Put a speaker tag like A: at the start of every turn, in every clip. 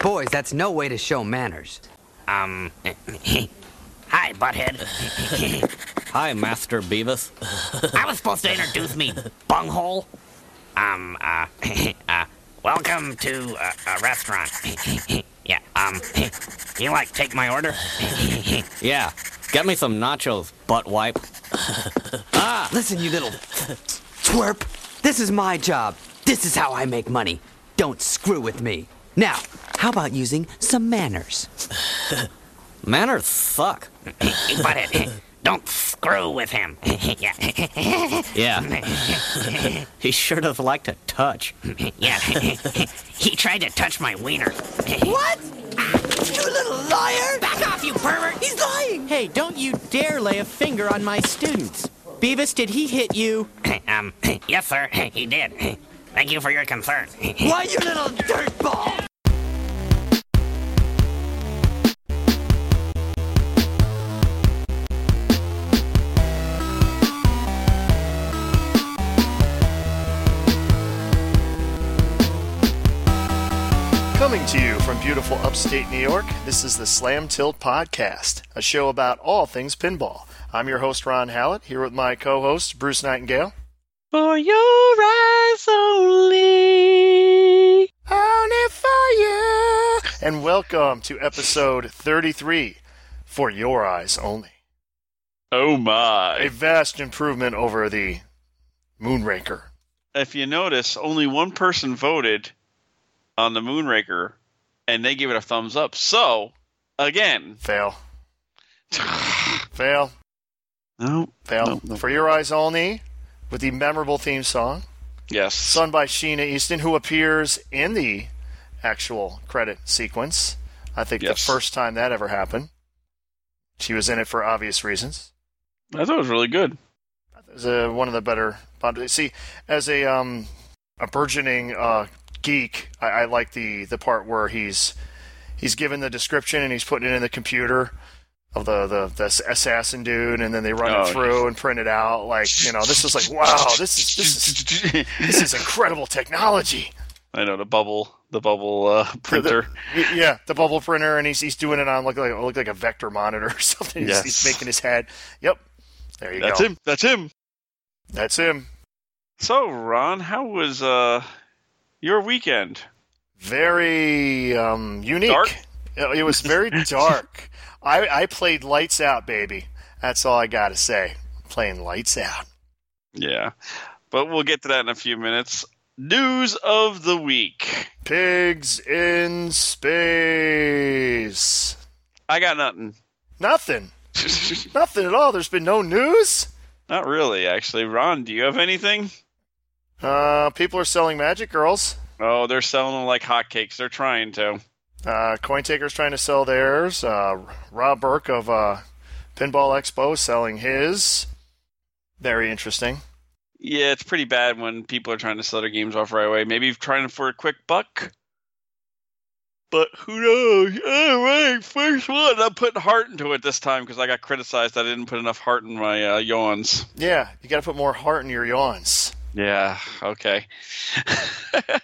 A: Boys, that's no way to show manners.
B: Um. Hi, Butthead.
C: Hi, Master Beavis.
B: I was supposed to introduce me, bunghole. Um, uh, uh, welcome to uh, a restaurant. yeah, um, you like take my order?
C: yeah, get me some nachos, butt wipe.
A: ah! Listen, you little twerp. This is my job. This is how I make money. Don't screw with me. Now, how about using some manners?
C: manners suck.
B: but it, don't screw with him. yeah.
C: yeah. he sure does like to touch.
B: yeah. he tried to touch my wiener.
D: what? You little liar!
B: Back off, you pervert!
D: He's lying!
E: Hey, don't you dare lay a finger on my students. Beavis, did he hit you?
B: um, yes, sir, he did. Thank you for your concern.
D: Why, you little dirtball!
F: Coming to you from beautiful upstate New York, this is the Slam Tilt Podcast, a show about all things pinball. I'm your host, Ron Hallett, here with my co host, Bruce Nightingale.
G: For your eyes only.
F: Only for you. And welcome to episode 33 For Your Eyes Only.
G: Oh my.
F: A vast improvement over the Moonraker.
G: If you notice, only one person voted on the Moonraker, and they give it a thumbs up. So, again,
F: fail, fail,
G: no,
F: fail
G: no, no.
F: for your eyes only, with the memorable theme song
G: Yes,
F: sung by Sheena Easton, who appears in the actual credit sequence. I think
G: Yes.
F: the first time that ever happened, she was in it for obvious reasons.
G: I thought it was really good.
F: It was uh, one of the better. See, as a um, a burgeoning uh, geek, I, I like the the part where he's he's given the description and he's putting it in the computer of the the, the assassin dude, and then they run
G: Oh,
F: it through and print it out. Like you know, this is like wow, this is this is this is incredible technology.
G: I know the bubble, the bubble uh, printer.
F: Y- Yeah, the bubble printer, and he's he's doing it on like like look like a vector monitor or something. He's- He's,
G: Yes.
F: making his head. Yep, there you
G: That's
F: go.
G: him. That's him.
F: That's him.
G: So, Ron, how was uh your weekend?
F: very um, unique.
G: Dark?
F: It it was very dark. I, I played lights out, baby. That's all I gotta say. Playing lights out.
G: Yeah, but we'll get to that in a few minutes. News of the week.
F: Pigs in space.
G: I got nothing.
F: Nothing. Nothing at all. There's been no news.
G: Not really, actually. Ron, do you have anything?
F: Uh, people are selling Magic Girls.
G: Oh, they're selling them like hotcakes. They're trying to.
F: Uh, Cointaker's trying to sell theirs. Uh, Rob Burke of uh, Pinball Expo selling his. Very interesting.
G: Yeah, it's pretty bad when people are trying to sell their games off right away. Maybe trying for a quick buck. But who knows? All right, first one. I'm putting heart into it this time because I got criticized. I didn't put enough heart in my uh, yawns.
F: Yeah, you gotta put more heart in your yawns.
G: Yeah, okay.
F: I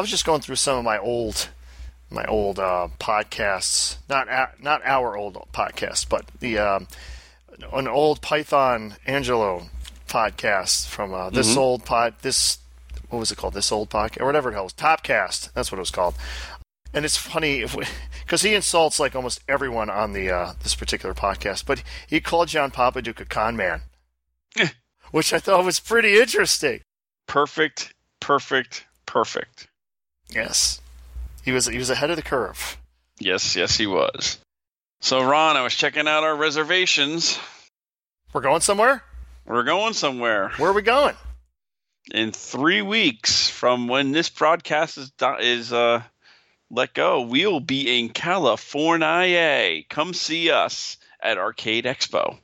F: was just going through some of my old, my old uh, podcasts. Not ou- not our old podcast, but the um, an old Python Angelo podcast from uh, this old pod. This what was it called? This old podcast or whatever it was. Topcast. That's what it was called. And it's funny because he insults like almost everyone on the uh, this particular podcast, but he called John Papaduke a con man, which I thought was pretty interesting.
G: perfect, perfect, perfect.
F: Yes, he was he was ahead of the curve.
G: Yes, yes, he was. So, Ron, I was checking out our reservations.
F: We're going somewhere?
G: We're going somewhere.
F: Where are we going?
G: in three weeks from when this broadcast is do- is uh, let go, we'll be in California. Come see us at Arcade Expo.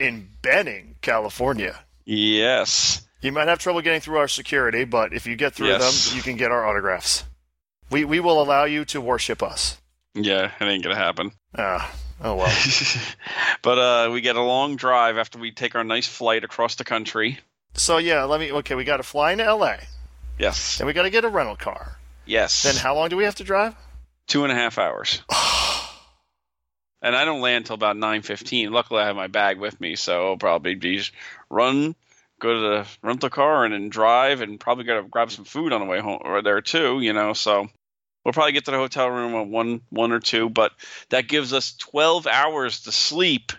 F: In Benning, California.
G: Yes,
F: You might have trouble getting through our security, but if you get through
G: Yes.
F: them, you can get our autographs. We we will allow you to worship us.
G: yeah, it ain't gonna happen.
F: Ah, oh well.
G: but uh, we get a long drive after we take our nice flight across the country.
F: So yeah, let me. Okay, we got to fly into L.A.
G: Yes,
F: Then we got to get a rental car.
G: yes.
F: Then how long do we have to drive?
G: two and a half hours. and I don't land till about nine fifteen. Luckily, I have my bag with me, so I'll probably be just run, go to the rental car, and then drive, and probably gotta grab some food on the way home or there too. You know, so we'll probably get to the hotel room at one one or two, but that gives us twelve hours to sleep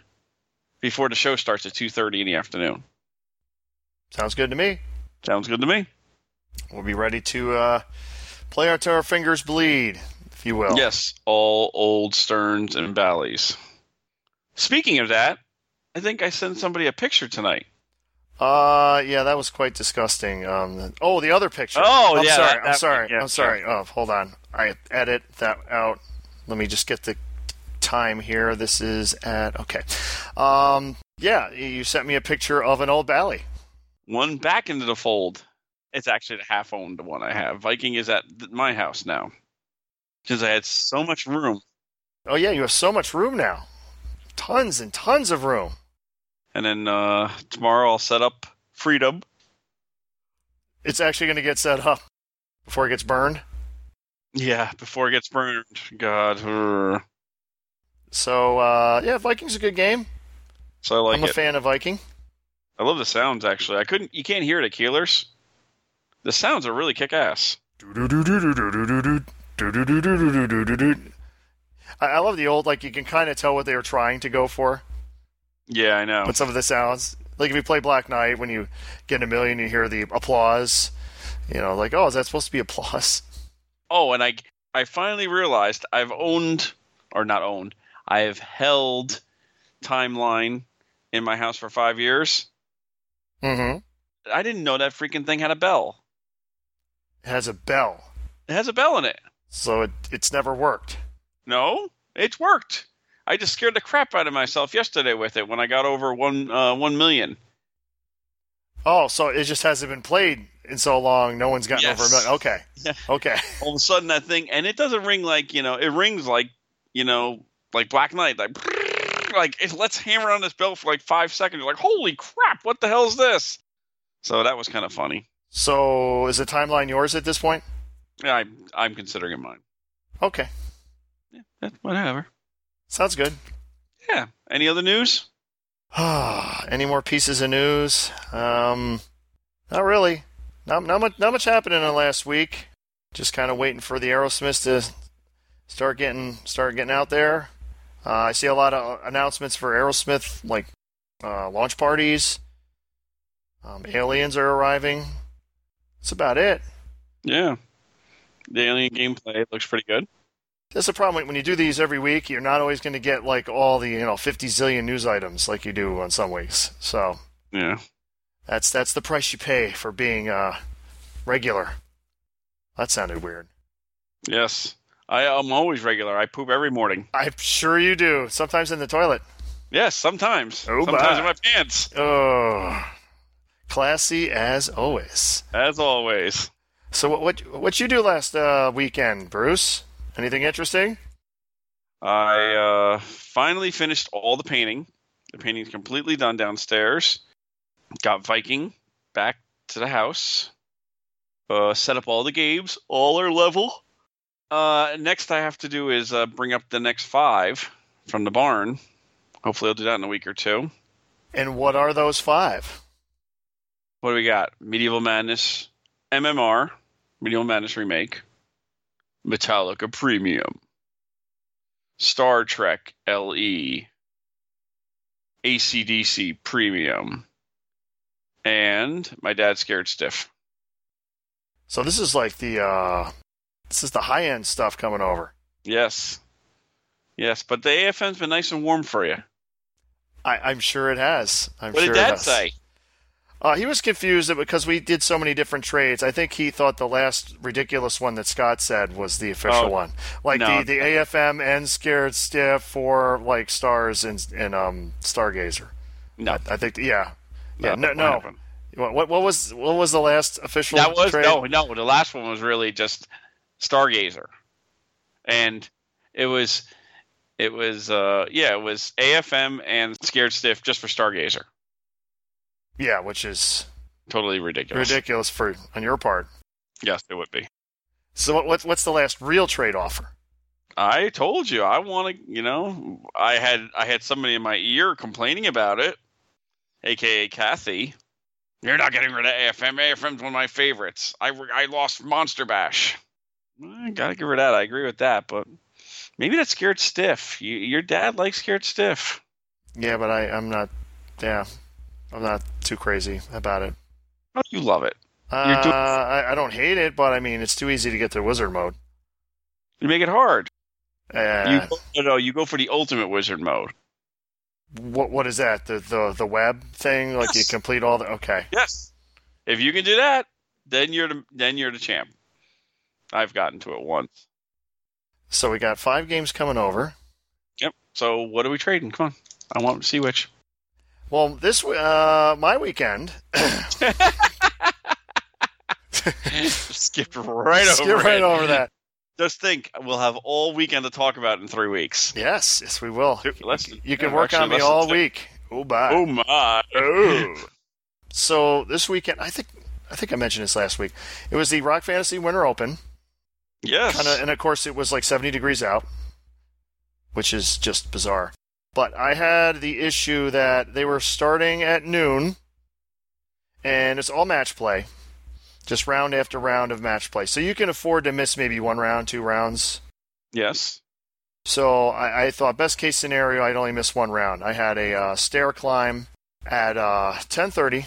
G: before the show starts at two thirty in the afternoon.
F: Sounds good to me.
G: Sounds good to me.
F: We'll be ready to uh, play until our fingers bleed, if you will.
G: Yes, all old sterns and valleys. Speaking of that, I think I sent somebody a picture tonight.
F: Uh, yeah, that was quite disgusting. Um, the- oh, the other picture.
G: Oh,
F: I'm
G: yeah,
F: Sorry,
G: that-
F: I'm
G: that-
F: sorry.
G: yeah,
F: I'm sorry. Oh, hold on. I edit that out. Let me just get the time here. This is at okay. Um, yeah, you sent me a picture of an old bally.
G: One back into the fold. It's actually the half owned one I have. Viking is at th- my house now because I had so much room.
F: Oh yeah, you have so much room now. Tons and tons of room.
G: And then uh, tomorrow I'll set up Freedom.
F: It's actually going to get set up before it gets burned.
G: Yeah, before it gets burned. God. urgh.
F: So uh, yeah, Vikings a good game.
G: So I like
F: I'm
G: it.
F: a fan of Viking.
G: I love the sounds actually. I couldn't you can't hear it at Keelers. The sounds are really kick ass.
F: I, I love the old like you can kind of tell what they were trying to go for
G: Yeah, I know.
F: with some of the sounds. Like if you play Black Knight, when you get a million, you hear the applause. You know, like oh, is that supposed to be applause?
G: Oh, and I I finally realized I've owned or not owned. I have held timeline in my house for 5 years.
F: Mm-hmm.
G: I didn't know that freaking thing had a bell.
F: It has a bell,
G: It has a bell in it.
F: so it, it's never worked.
G: No, it's worked. I just scared the crap out of myself yesterday with it when I got over 1 uh, 1 million.
F: Oh, so it just hasn't been played in so long. No one's gotten
G: Yes.
F: over a million. Okay,
G: Yeah.
F: okay.
G: all of a sudden that thing and it doesn't ring like you know it rings like you know like black knight like like it lets hammer on this bell for like five seconds You're like holy crap what the hell is this so that was kind of funny
F: So is the timeline yours at this point?
G: yeah, I, i'm considering it mine
F: Okay,
G: yeah, that- whatever
F: sounds good.
G: yeah any other news
F: Any more pieces of news? Um, not really. Not, not much. Not much happening in last week. Just kind of waiting for the Aerosmiths to start getting start getting out there. Uh, I see a lot of announcements for Aerosmith, like uh, launch parties. Um, aliens are arriving. That's about it.
G: yeah the alien gameplay looks pretty good
F: That's the problem when you do these every week. You're not always going to get like all the you know 50 zillion news items like you do on some weeks. So
G: yeah
F: That's that's the price you pay for being uh, regular. That sounded weird.
G: yes I, i'm always regular i poop every morning
F: I'm sure you do. Sometimes in the toilet.
G: yes sometimes
F: Oh,
G: sometimes
F: my.
G: in my pants
F: Oh, classy as always.
G: as always
F: So what what what you do last uh, weekend, Bruce? Anything interesting?
G: I uh, finally finished all the painting. The painting's completely done downstairs. Got Viking back to the house. Uh, set up all the games. All are level. Uh, next, I have to do is uh, bring up the next five from the barn. Hopefully, I'll do that in a week or two.
F: And what are those five?
G: What do we got? Medieval Madness, MMR, Medieval Madness Remake, Metallica Premium, Star Trek E, LE, ACDC Premium, and My Dad's Scared Stiff.
F: So this is like the uh, this is the high end stuff coming over.
G: Yes. Yes, but the AFM's been nice and warm for you.
F: I, I'm sure it has. I'm
G: what
F: sure
G: did
F: it
G: Dad
F: has.
G: say?
F: Uh, he was confused that because we did so many different trades. I think he thought the last ridiculous one that Scott said was the official
G: Oh,
F: one, like
G: no.
F: the, the AFM and scared stiff for like stars and and um Stargazer.
G: No.
F: I think yeah, yeah, no,
G: that
F: no.
G: won't happen.
F: What, what what was what was the last official?
G: That was
F: trade?
G: no, no. The last one was really just Stargazer, and it was, it was, uh, yeah, it was AFM and Scared Stiff just for Stargazer.
F: Yeah, which is
G: Totally ridiculous.
F: ridiculous for on your part.
G: Yes, it would be.
F: So what, what what's the last real trade offer?
G: I told you I want to. You know, I had I had somebody in my ear complaining about it, aka Kathy. You're not getting rid of AFM. AFM's one of my favorites. I re- I lost Monster Bash. I gotta give her that. I agree with that, but maybe that's scared stiff. You, your dad likes scared stiff.
F: Yeah, but I, I'm not. Yeah, I'm not too crazy about it.
G: Oh, you love it.
F: Uh,
G: You're doing-
F: I, I don't hate it, but I mean, it's too easy to get through wizard mode.
G: You make it hard.
F: Uh,
G: You no, no, you go for the ultimate wizard mode.
F: what what is that? The the the web thing? Like you
G: Yes.
F: complete all the okay.
G: Yes. If you can do that, then you're the, then you're the champ. I've gotten to it once.
F: So we got five games coming over.
G: Yep. So what are we trading? Come on. I want to see which.
F: Well, this w- uh my weekend.
G: Skip right over.
F: Skip right
G: it.
F: over that.
G: Just think, we'll have all weekend to talk about in three weeks.
F: Yes, yes, we will.
G: Dude, less than-
F: You can
G: yeah,
F: work
G: actually
F: on me
G: less than
F: all
G: ten.
F: week. Oh, bye.
G: Oh my!
F: So this weekend, I think I think I mentioned this last week. It was the Rock Fantasy Winter Open,
G: yes.
F: kind of, and of course it was like 70 degrees out, which is just bizarre. But I had the issue that they were starting at noon, and it's all match play, just round after round of match play. So you can afford to miss maybe one round, two rounds.
G: yes.
F: So I, I thought best case scenario, I'd only miss one round. I had a uh, stair climb at uh, 10:30.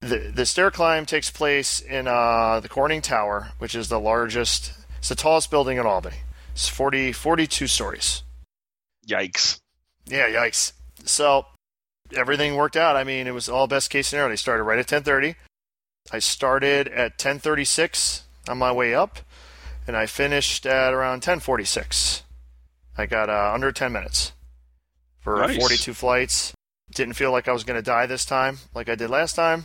F: The, the stair climb takes place in uh, the Corning Tower, which is the largest, it's the tallest building in Albany. It's 40, 42 stories.
G: Yikes!
F: Yeah, yikes. So everything worked out. I mean, it was all best case scenario. They started right at 10:30. I started at 10:36 on my way up, and I finished at around 10:46. I got uh, under 10 minutes for
G: Nice.
F: 42 flights. Didn't feel like I was going to die this time, like I did last time,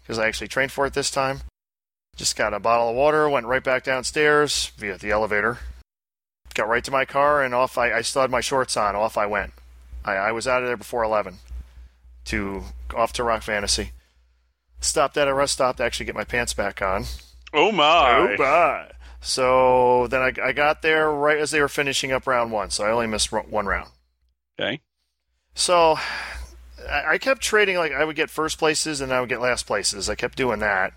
F: because I actually trained for it this time. Just got a bottle of water, went right back downstairs via the elevator, got right to my car, and off I, I still had my shorts on. Off I went. I, I was out of there before 11 to off to Rock Fantasy. Stopped at a rest stop to actually get my pants back on.
G: Oh my!
F: Oh, bye. So then I, I got there right as they were finishing up round one, so I only missed ro- one round.
G: Okay.
F: So I, I kept trading. Like I would get first places, and I would get last places. I kept doing that.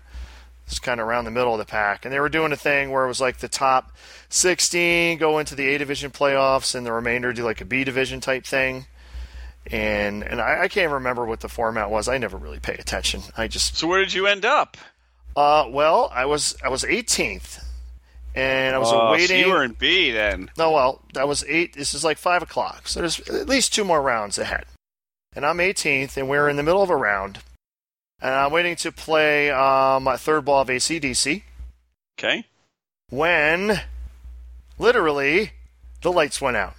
F: It's kind of around the middle of the pack, and they were doing a thing where it was like the top 16 go into the A division playoffs, and the remainder do like a B division type thing. And and I, I can't remember what the format was. I never really pay attention. I just
G: So where did you end up?
F: uh, well, I was I was 18th, and I was
G: Oh, so
F: awaiting.
G: you were in B then.
F: No, well, that was eight. This is like five o'clock, so there's at least two more rounds ahead. And I'm 18th, and we're in the middle of a round, and I'm waiting to play uh, my third ball of ACDC
G: Okay.
F: when, literally, the lights went out.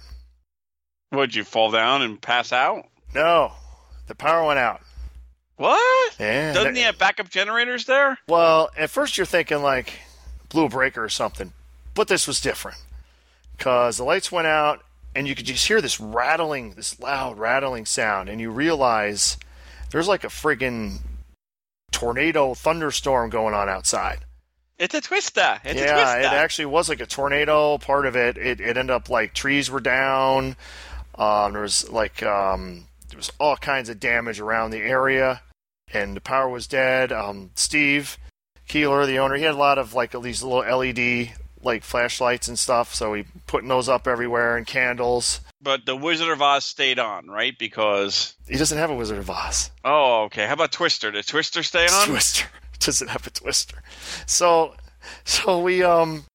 G: Would you fall down and pass out?
F: No, the power went out.
G: What?
F: Yeah,
G: Doesn't he
F: there-
G: have backup generators there?
F: Well, at first you're thinking like blue breaker or something, but this was different because the lights went out and you could just hear this rattling, this loud rattling sound, and you realize there's like a friggin' tornado thunderstorm going on outside.
G: It's a twister. It's a
F: yeah,
G: twister.
F: it actually was like a tornado. Part of it, it, it ended up like trees were down. Um, there was like um, there was all kinds of damage around the area, and the power was dead. Um, Steve Keeler, the owner, he had a lot of like these little LED like flashlights and stuff, so he putting those up everywhere and candles.
G: But the Wizard of Oz stayed on, right? Because
F: He doesn't have a Wizard of Oz.
G: oh, okay. How about Twister? Did Twister stay on?
F: Twister doesn't have a twister. So, so we um,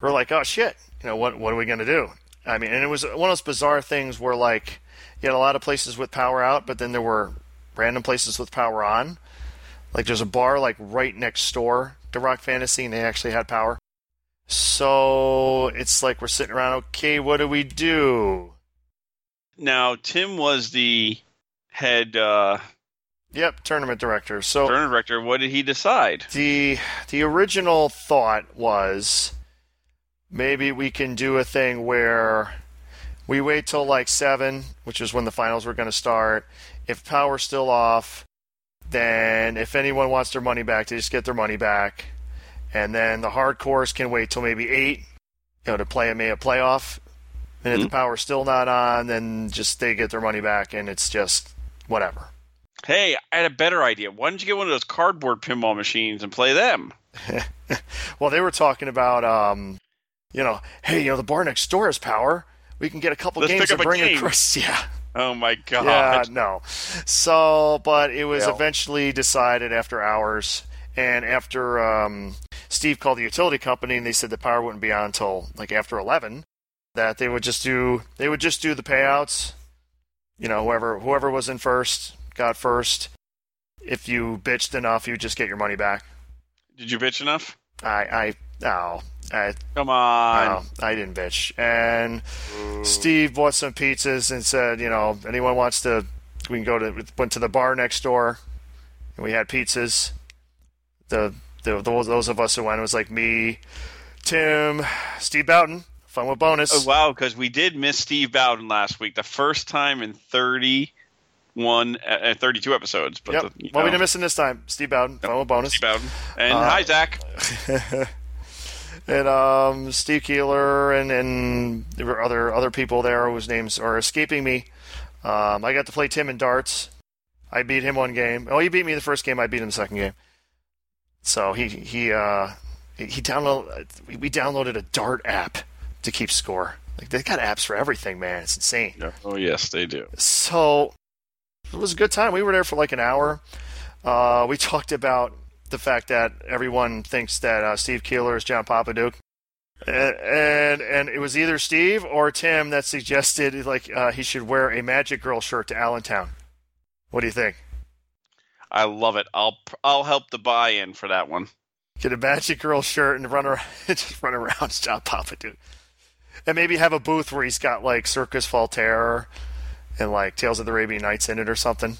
F: we're like, oh shit, you know what? What are we gonna do? I mean, and it was one of those bizarre things where like you had a lot of places with power out, but then there were random places with power on. Like there's a bar like right next door to Rock Fantasy, and they actually had power. So it's like we're sitting around. Okay, what do we do?
G: Now Tim was the head uh,
F: Yep, tournament director. So
G: tournament director. What did he decide?
F: the the original thought was maybe we can do a thing where we wait till like seven, which is when the finals were going to start. If power's still off, then if anyone wants their money back, they just get their money back, and then the hardcores can wait till maybe eight, you know, to play a mea playoff. And if the power's still not on, then just they get their money back, and it's just whatever.
G: Hey, I had a better idea. Why don't you get one of those cardboard pinball machines and play them?
F: Well, they were talking about, um, you know, hey, you know, the bar next door has power. We can get a couple
G: Let's
F: games
G: pick
F: and
G: up a
F: bring it
G: game.
F: across. Yeah.
G: Oh my god.
F: Yeah, no. So, but it was
G: Yeah.
F: eventually decided after hours, and after um, Steve called the utility company, and they said the power wouldn't be on until like after eleven. That they would just do they would just do the payouts. You know, whoever whoever was in first got first. If you bitched enough, you just get your money back.
G: Did you bitch enough?
F: I I oh I
G: Come on.
F: no, I didn't bitch. And Steve bought some pizzas and said, you know, anyone wants to, we can go to. Went to the bar next door, and we had pizzas. The the those, those of us who went it was like me, Tim, Steve Bowden, fun with bonus.
G: Oh, wow, because we did miss Steve Bowden last week, the first time in 31, uh, uh, 32 episodes. But
F: Yep.
G: the, you
F: Well, we
G: know,
F: didn't miss Uh, him this time. Steve Bowden, fun with bonus.
G: Steve Bowden. And hi, Zach.
F: and um, Steve Keeler and, and there were other other people there whose names are escaping me. Um, I got to play Tim in darts. I beat him one game. Oh, he beat me the first game. I beat him the second game. So he he uh, he- he download we- we downloaded a dart app to keep score. Like they got apps for everything, man. It's insane.
G: Oh, yes, they do.
F: So it was a good time. We were there for like an hour. Uh, we talked about the fact that everyone thinks that uh, Steve Keeler is John Papaduke. And, and and it was either Steve or Tim that suggested like uh, he should wear a Magic Girl shirt to Allentown. What do you think?
G: I love it. I'll I'll help the buy in for that one.
F: Get a Magic Girl shirt and run around, just run around as John Papaduke, and maybe have a booth where he's got like Circus Voltaire and like Tales of the Arabian Nights in it or something.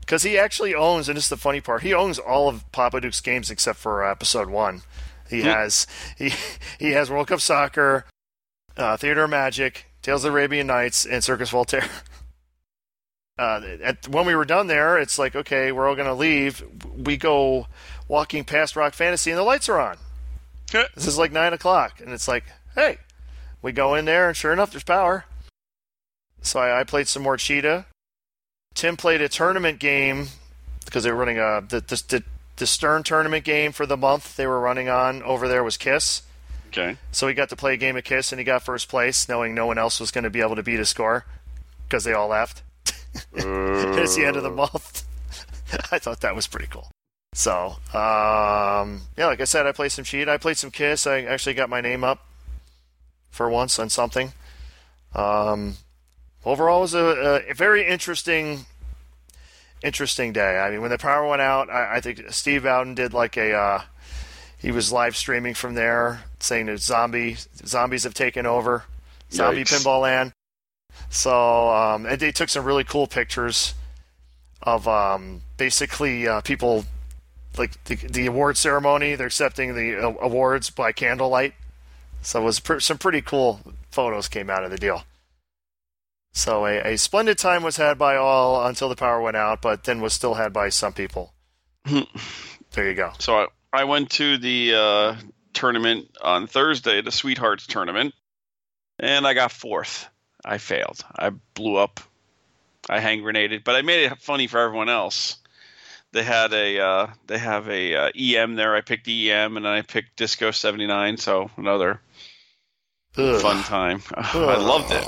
F: Because he actually owns, and this is the funny part, he owns all of Papaduke's games except for uh, Episode One. He has he he has World Cup Soccer, uh, Theater of Magic, Tales of the Arabian Nights, and Circus Voltaire. Uh, at, when we were done there, it's like, okay, we're all going to leave. We go walking past Rock Fantasy, and the lights are on.
G: Yeah.
F: This is like 9 o'clock. And it's like, hey, we go in there, and sure enough, there's power. So I, I played some more Cheetah. Tim played a tournament game because they were running a, the, the, the, the Stern tournament game for the month they were running on over there was Kiss.
G: Okay.
F: So he got to play a game of Kiss and he got first place, knowing no one else was going to be able to beat his score because they all left. it's the end of the month. I thought that was pretty cool. So, um, yeah, like I said, I played some Cheat. I played some Kiss. I actually got my name up for once on something. Um, overall, it was a, a very interesting, interesting day. I mean, when the power went out, I, I think Steve Bowden did like a. Uh, he was live streaming from there, saying that zombie zombies have taken over, zombie
G: Yikes.
F: pinball land. So, um, and they took some really cool pictures of um, basically uh, people like the, the award ceremony. They're accepting the uh, awards by candlelight. So it was pr- some pretty cool photos came out of the deal. So a, a splendid time was had by all until the power went out, but then was still had by some people. there you go.
G: So I, I went to the uh, tournament on Thursday, the Sweethearts tournament, and I got fourth. I failed. I blew up. I hand grenaded, but I made it funny for everyone else. They had a uh, they have a uh, EM there. I picked EM, and then I picked Disco seventy nine. So another
F: Ugh.
G: fun time. I loved it.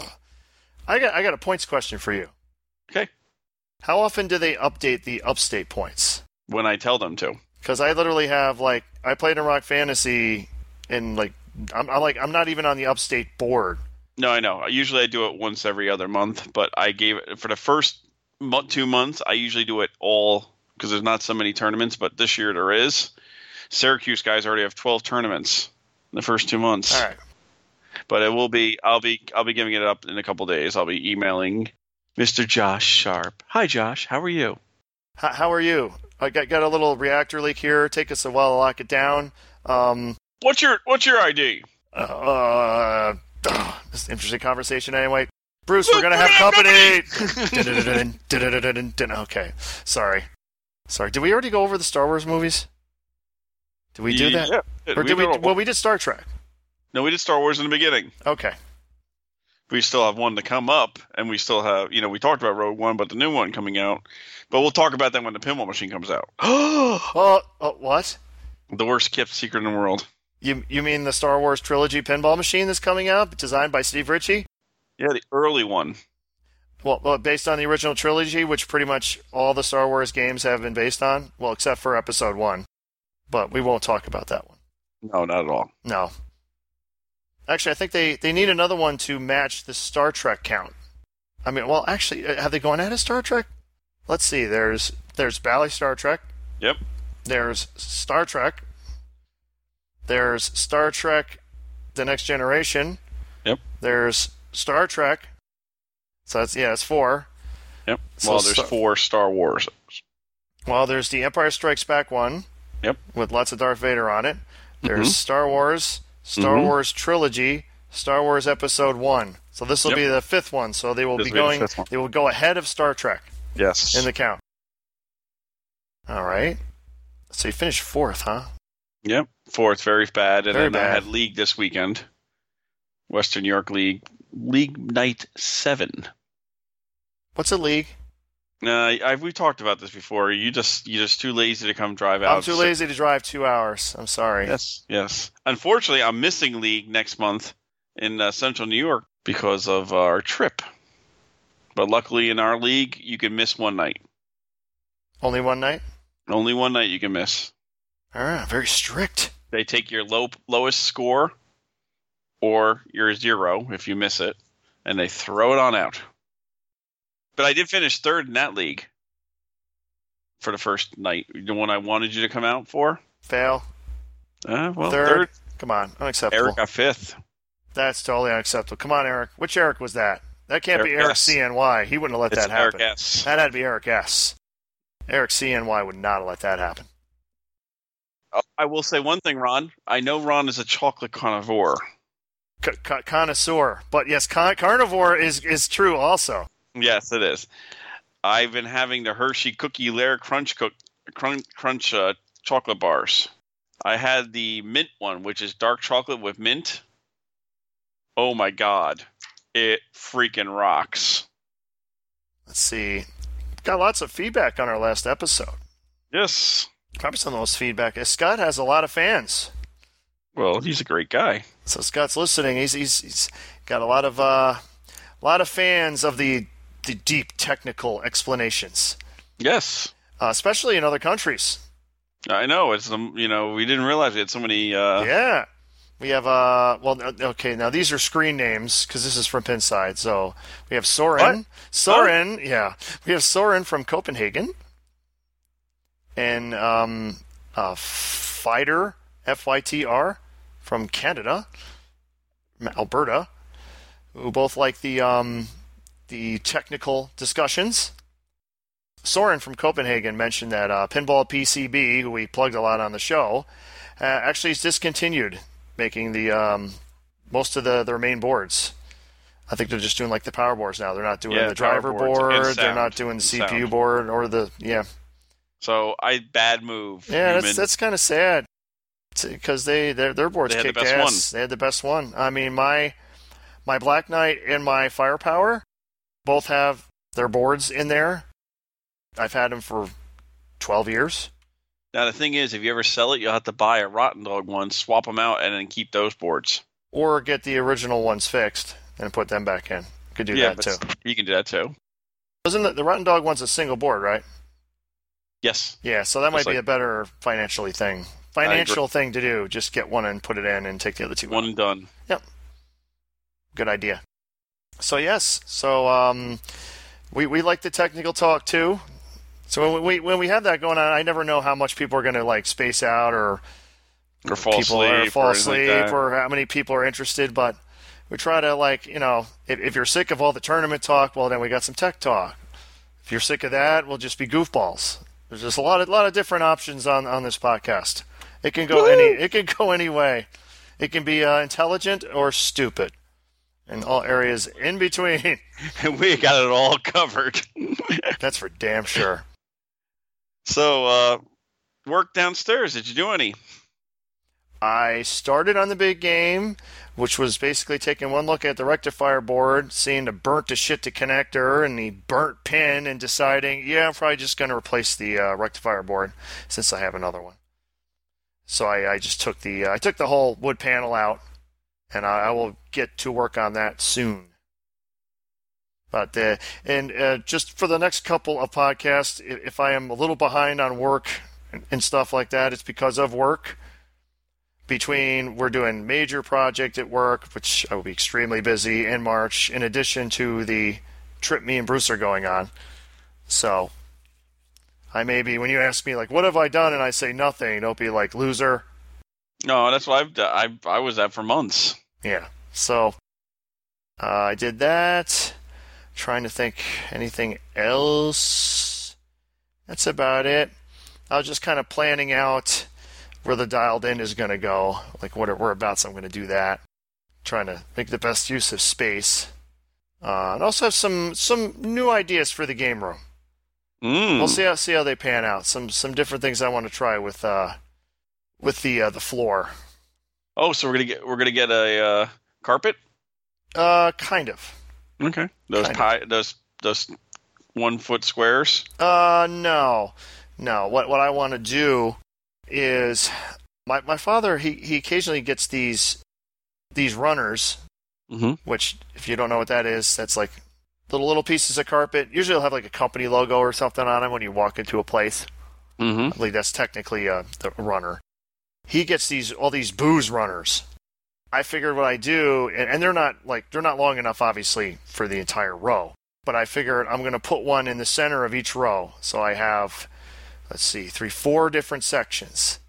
F: I got I got a points question for you.
G: Okay,
F: How often do they update the upstate points?
G: when I tell them to.
F: Because I literally have like I played in Rock Fantasy, and like I'm, I'm like I'm not even on the upstate board.
G: No, I know. Usually I do it once every other month, but I gave it for the first month, two months. I usually do it all because there's not so many tournaments, but this year there is. Syracuse guys already have 12 tournaments in the first two months.
F: All right.
G: But it will be. I'll be. I'll be giving it up in a couple days. I'll be emailing Mr. Josh Sharp. Hi, Josh. How are you?
F: How, how are you? I got, got a little reactor leak here. Take us a while to lock it down. Um,
G: What's your What's your ID?
F: uh, uh, this is an interesting conversation anyway. Bruce, we're gonna have company. Dun-dun-dun-dun, dun-dun-dun-dun-dun. okay, sorry, sorry. Did we already go over the Star Wars movies? Did we do that?
G: Yeah,
F: Or did we?
G: did all-
F: Well, we did Star Trek.
G: No, we did Star Wars in the beginning.
F: Okay.
G: We still have one to come up, and we still have, you know, we talked about Rogue One, but the new one coming out. But we'll talk about that when the pinball machine comes out.
F: Oh, oh what?
G: the worst kept secret in the world.
F: You you mean the Star Wars trilogy pinball machine that's coming out, designed by Steve Ritchie?
G: Yeah, the early one.
F: Well, well, based on the original trilogy, which pretty much all the Star Wars games have been based on. Well, except for Episode One, but we won't talk about that one.
G: No, not at all.
F: No. Actually, I think they, they need another one to match the Star Trek count. I mean, well, actually, uh, have they gone out of Star Trek? Let's see. There's there's Bally Star Trek.
G: Yep.
F: There's Star Trek. There's Star Trek: The Next Generation.
G: Yep.
F: There's Star Trek. So that's yeah, that's four.
G: Yep.
F: So
G: well, there's
F: Star-
G: four Star Wars.
F: Well, there's the Empire Strikes Back one
G: Yep. Mm-hmm.
F: with lots of Darth Vader on it. There's Star Wars, Star Wars Trilogy, Star Wars Episode One. So this will
G: Yep.
F: be the fifth one. So they will be
G: This will be the
F: going.
G: fifth one.
F: They will go ahead of Star Trek
G: Yes.
F: in the count. All right. So you finished fourth, huh?
G: Yep. Fourth, very bad. And
F: Very
G: then I
F: bad.
G: had league this weekend. Western New York League. League night seven.
F: What's a league?
G: Now, I, we've talked about this before. You just you're just too lazy to come drive out.
F: I'm too lazy to drive two hours. I'm sorry.
G: Yes, yes. Unfortunately, I'm missing league next month in uh, Central New York because of our trip. But luckily, in our league, you can miss one night.
F: Only one night.
G: Only one night you can miss.
F: Ah, very strict.
G: They take your low lowest score, or your zero if you miss it, and they throw it on out. But I did finish third in that league for the first night, the one I wanted you to come out for.
F: Fail.
G: Uh, well,
F: Third.
G: third.
F: Come on, unacceptable.
G: Eric got fifth.
F: That's totally unacceptable. Come on, Eric. Which Eric was that? That can't be
G: Eric
F: Eric
G: S.
F: CNY. He wouldn't have let
G: It's
F: that happen.
G: Eric S.
F: That had to be Eric S. Eric CNY would not have let that happen.
G: Oh, I will say one thing, Ron. I know Ron is a chocolate carnivore.
F: C- c- connoisseur, but yes, con- carnivore is is true also.
G: Yes, it is. I've been having the Hershey Cookie Layer Crunch Cook Crunch, crunch uh, chocolate bars. I had the mint one, which is dark chocolate with mint. Oh my god, it freaking rocks!
F: Let's see. Got lots of feedback on our last episode.
G: Yes.
F: Probably some of those feedback. Uh, Scott has a lot of fans.
G: Well, he's a great guy.
F: So Scott's listening. He's he's, he's got a lot of uh, lot of fans of the the deep technical explanations,
G: Yes,
F: uh, especially in other countries.
G: I know. It's um, you know we didn't realize we had so many. Uh,
F: yeah, we have uh, well, uh, okay, now these are screen names because this is from Pinside. So we have Soren, Soren, yeah, we have Soren from Copenhagen, and um, uh, Fighter F Y T R from Canada, M- Alberta, who both like the um, the technical discussions. Soren from Copenhagen mentioned that uh, Pinball PCB, who we plugged a lot on the show, uh, actually is discontinued making the um, most of the, their main boards. I think they're just doing like the power boards now. They're not doing
G: Yeah,
F: the
G: power
F: driver
G: boards and
F: board. They're
G: sound.
F: not doing the
G: Sound.
F: CPU board or the yeah.
G: So I bad move.
F: Yeah,
G: human.
F: that's that's kind of sad because they their their boards
G: They had the
F: kicked
G: best
F: ass. They had the best one. I mean, my my Black Knight and my Firepower both have their boards in there. I've had them for twelve years.
G: Now the thing is, if you ever sell it, you'll have to buy a rotten dog one, swap them out, and then keep those boards.
F: Or get the original ones fixed and put them back in. Could do that too.
G: but You can do that too.
F: Wasn't the, the Rotten Dog one's a single board, right?
G: Yes.
F: Yeah, so that might
G: Just
F: be
G: like-
F: a better financially thing,
G: agree.
F: financial thing to do. Just get one and put it in, and take the other two. out.
G: One and done.
F: good idea. So yes, so um, we we like the technical talk too. So when we when we have that going on, I never know how much people are going to like space out or
G: Or fall
F: people
G: asleep.
F: are fall
G: or anything like
F: asleep
G: that.
F: or how many people are interested. But we try to like you know if, if you're sick of all the tournament talk, well then we got some tech talk. If you're sick of that, we'll just be goofballs. There's just a lot of lot of different options on on this podcast. It can go any it can go any way. It can be uh, intelligent or stupid, and all areas in between.
G: we got it all covered.
F: That's for damn sure.
G: so, uh, work downstairs. Did you do any?
F: I started on the big game. which was basically taking one look at the rectifier board, seeing the burnt to shit to connector and the burnt pin, and deciding, yeah, I'm probably just going to replace the uh, rectifier board since I have another one. So I, I just took the uh, I took the whole wood panel out, and I, I will get to work on that soon. But uh, and uh, just for the next couple of podcasts, i- if I am a little behind on work and, and stuff like that, it's because of work. Between we're doing major project at work, which I will be extremely busy in March, in addition to the trip me and Bruce are going on. So I may be when you ask me like, what have I done, and I say nothing. Don't be like loser.
G: No, that's what I've done. I I was at for months.
F: Yeah. So uh, I did that. Trying to think anything else. That's about it. I was just kind of planning out where the dialed in is going to go, like what it whereabouts I'm going to do that. Trying to make the best use of space. Uh, and also have some some new ideas for the game room.
G: Mm.
F: We'll see how see how they pan out. Some some different things I want to try with uh with the uh, the floor.
G: Oh, so we're gonna get we're gonna get a uh, carpet.
F: Uh, kind of.
G: Okay. Those
F: Kind of.
G: pie those those one foot squares.
F: Uh, no, no. What what I want to do is my my father he he occasionally gets these these runners,
G: Mm-hmm.
F: which if you don't know what that is, that's like little little pieces of carpet. Usually, they'll have like a company logo or something on them when you walk into a place.
G: Mm-hmm.
F: I believe that's technically a, the runner. He gets these all these booze runners. I figured what I do, and, and they're not like they're not long enough, obviously, for the entire row. But I figured I'm going to put one in the center of each row, so I have, let's see, three, four different sections.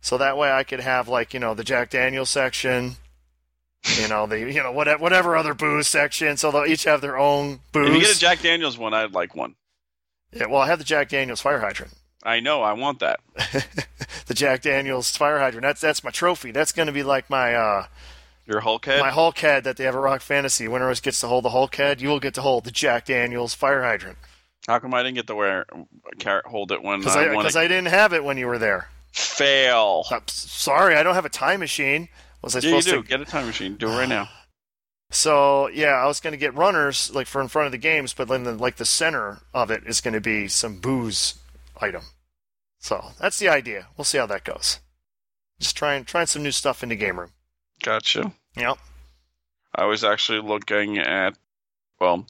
F: So that way I could have like you know the Jack Daniel section, you know the you know whatever whatever other booze section. So they'll each have their own booze.
G: If you get a Jack Daniels one, I'd like one.
F: yeah, well, I have the Jack Daniel's fire hydrant.
G: I know. I want that.
F: the Jack Daniels fire hydrant. That's that's my trophy. That's going to be like my uh,
G: Your Hulk head.
F: my Hulk head that they have a Rock Fantasy. Winner always gets to hold the Hulk head. You will get to hold the Jack Daniels fire hydrant
G: How come I didn't get to wear carrot hold it when
F: because
G: I,
F: I,
G: wanted?
F: 'cause I didn't have it when you were there.
G: fail.
F: I'm s- sorry, I don't have a time machine. Was I
G: Yeah, you
F: supposed
G: do.
F: to?
G: Get a time machine. Do it right now.
F: So yeah, I was going to get runners like for in front of the games, but then the, like the center of it is going to be some booze item. So that's the idea. We'll see how that goes. Just trying trying some new stuff in the game room.
G: Gotcha.
F: Yep.
G: I was actually looking at. Well,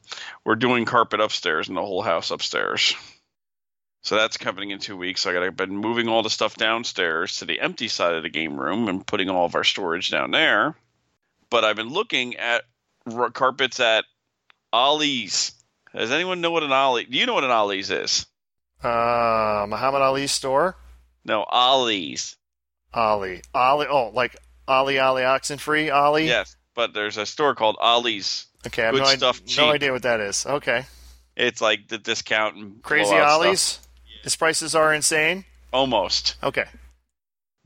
G: we're doing carpet upstairs and the whole house upstairs. So that's coming in two weeks. I got I've been moving all the stuff downstairs to the empty side of the game room and putting all of our storage down there. But I've been looking at r- carpets at Ollie's. Does anyone know what an Ollie? Do you know what an Ollie's is?
F: Uh, Muhammad Ali store.
G: No, Ollie's.
F: Ollie. Ollie. Oh, like Ollie Ollie Oxenfree Ollie?
G: Yes, but there's a store called Ollie's.
F: Okay, I have
G: Good
F: no, id-
G: stuff, cheap.
F: no idea what that is. Okay.
G: It's like the discount and
F: Crazy
G: blowout stuff.
F: Ollie's? His prices are insane?
G: Almost.
F: Okay.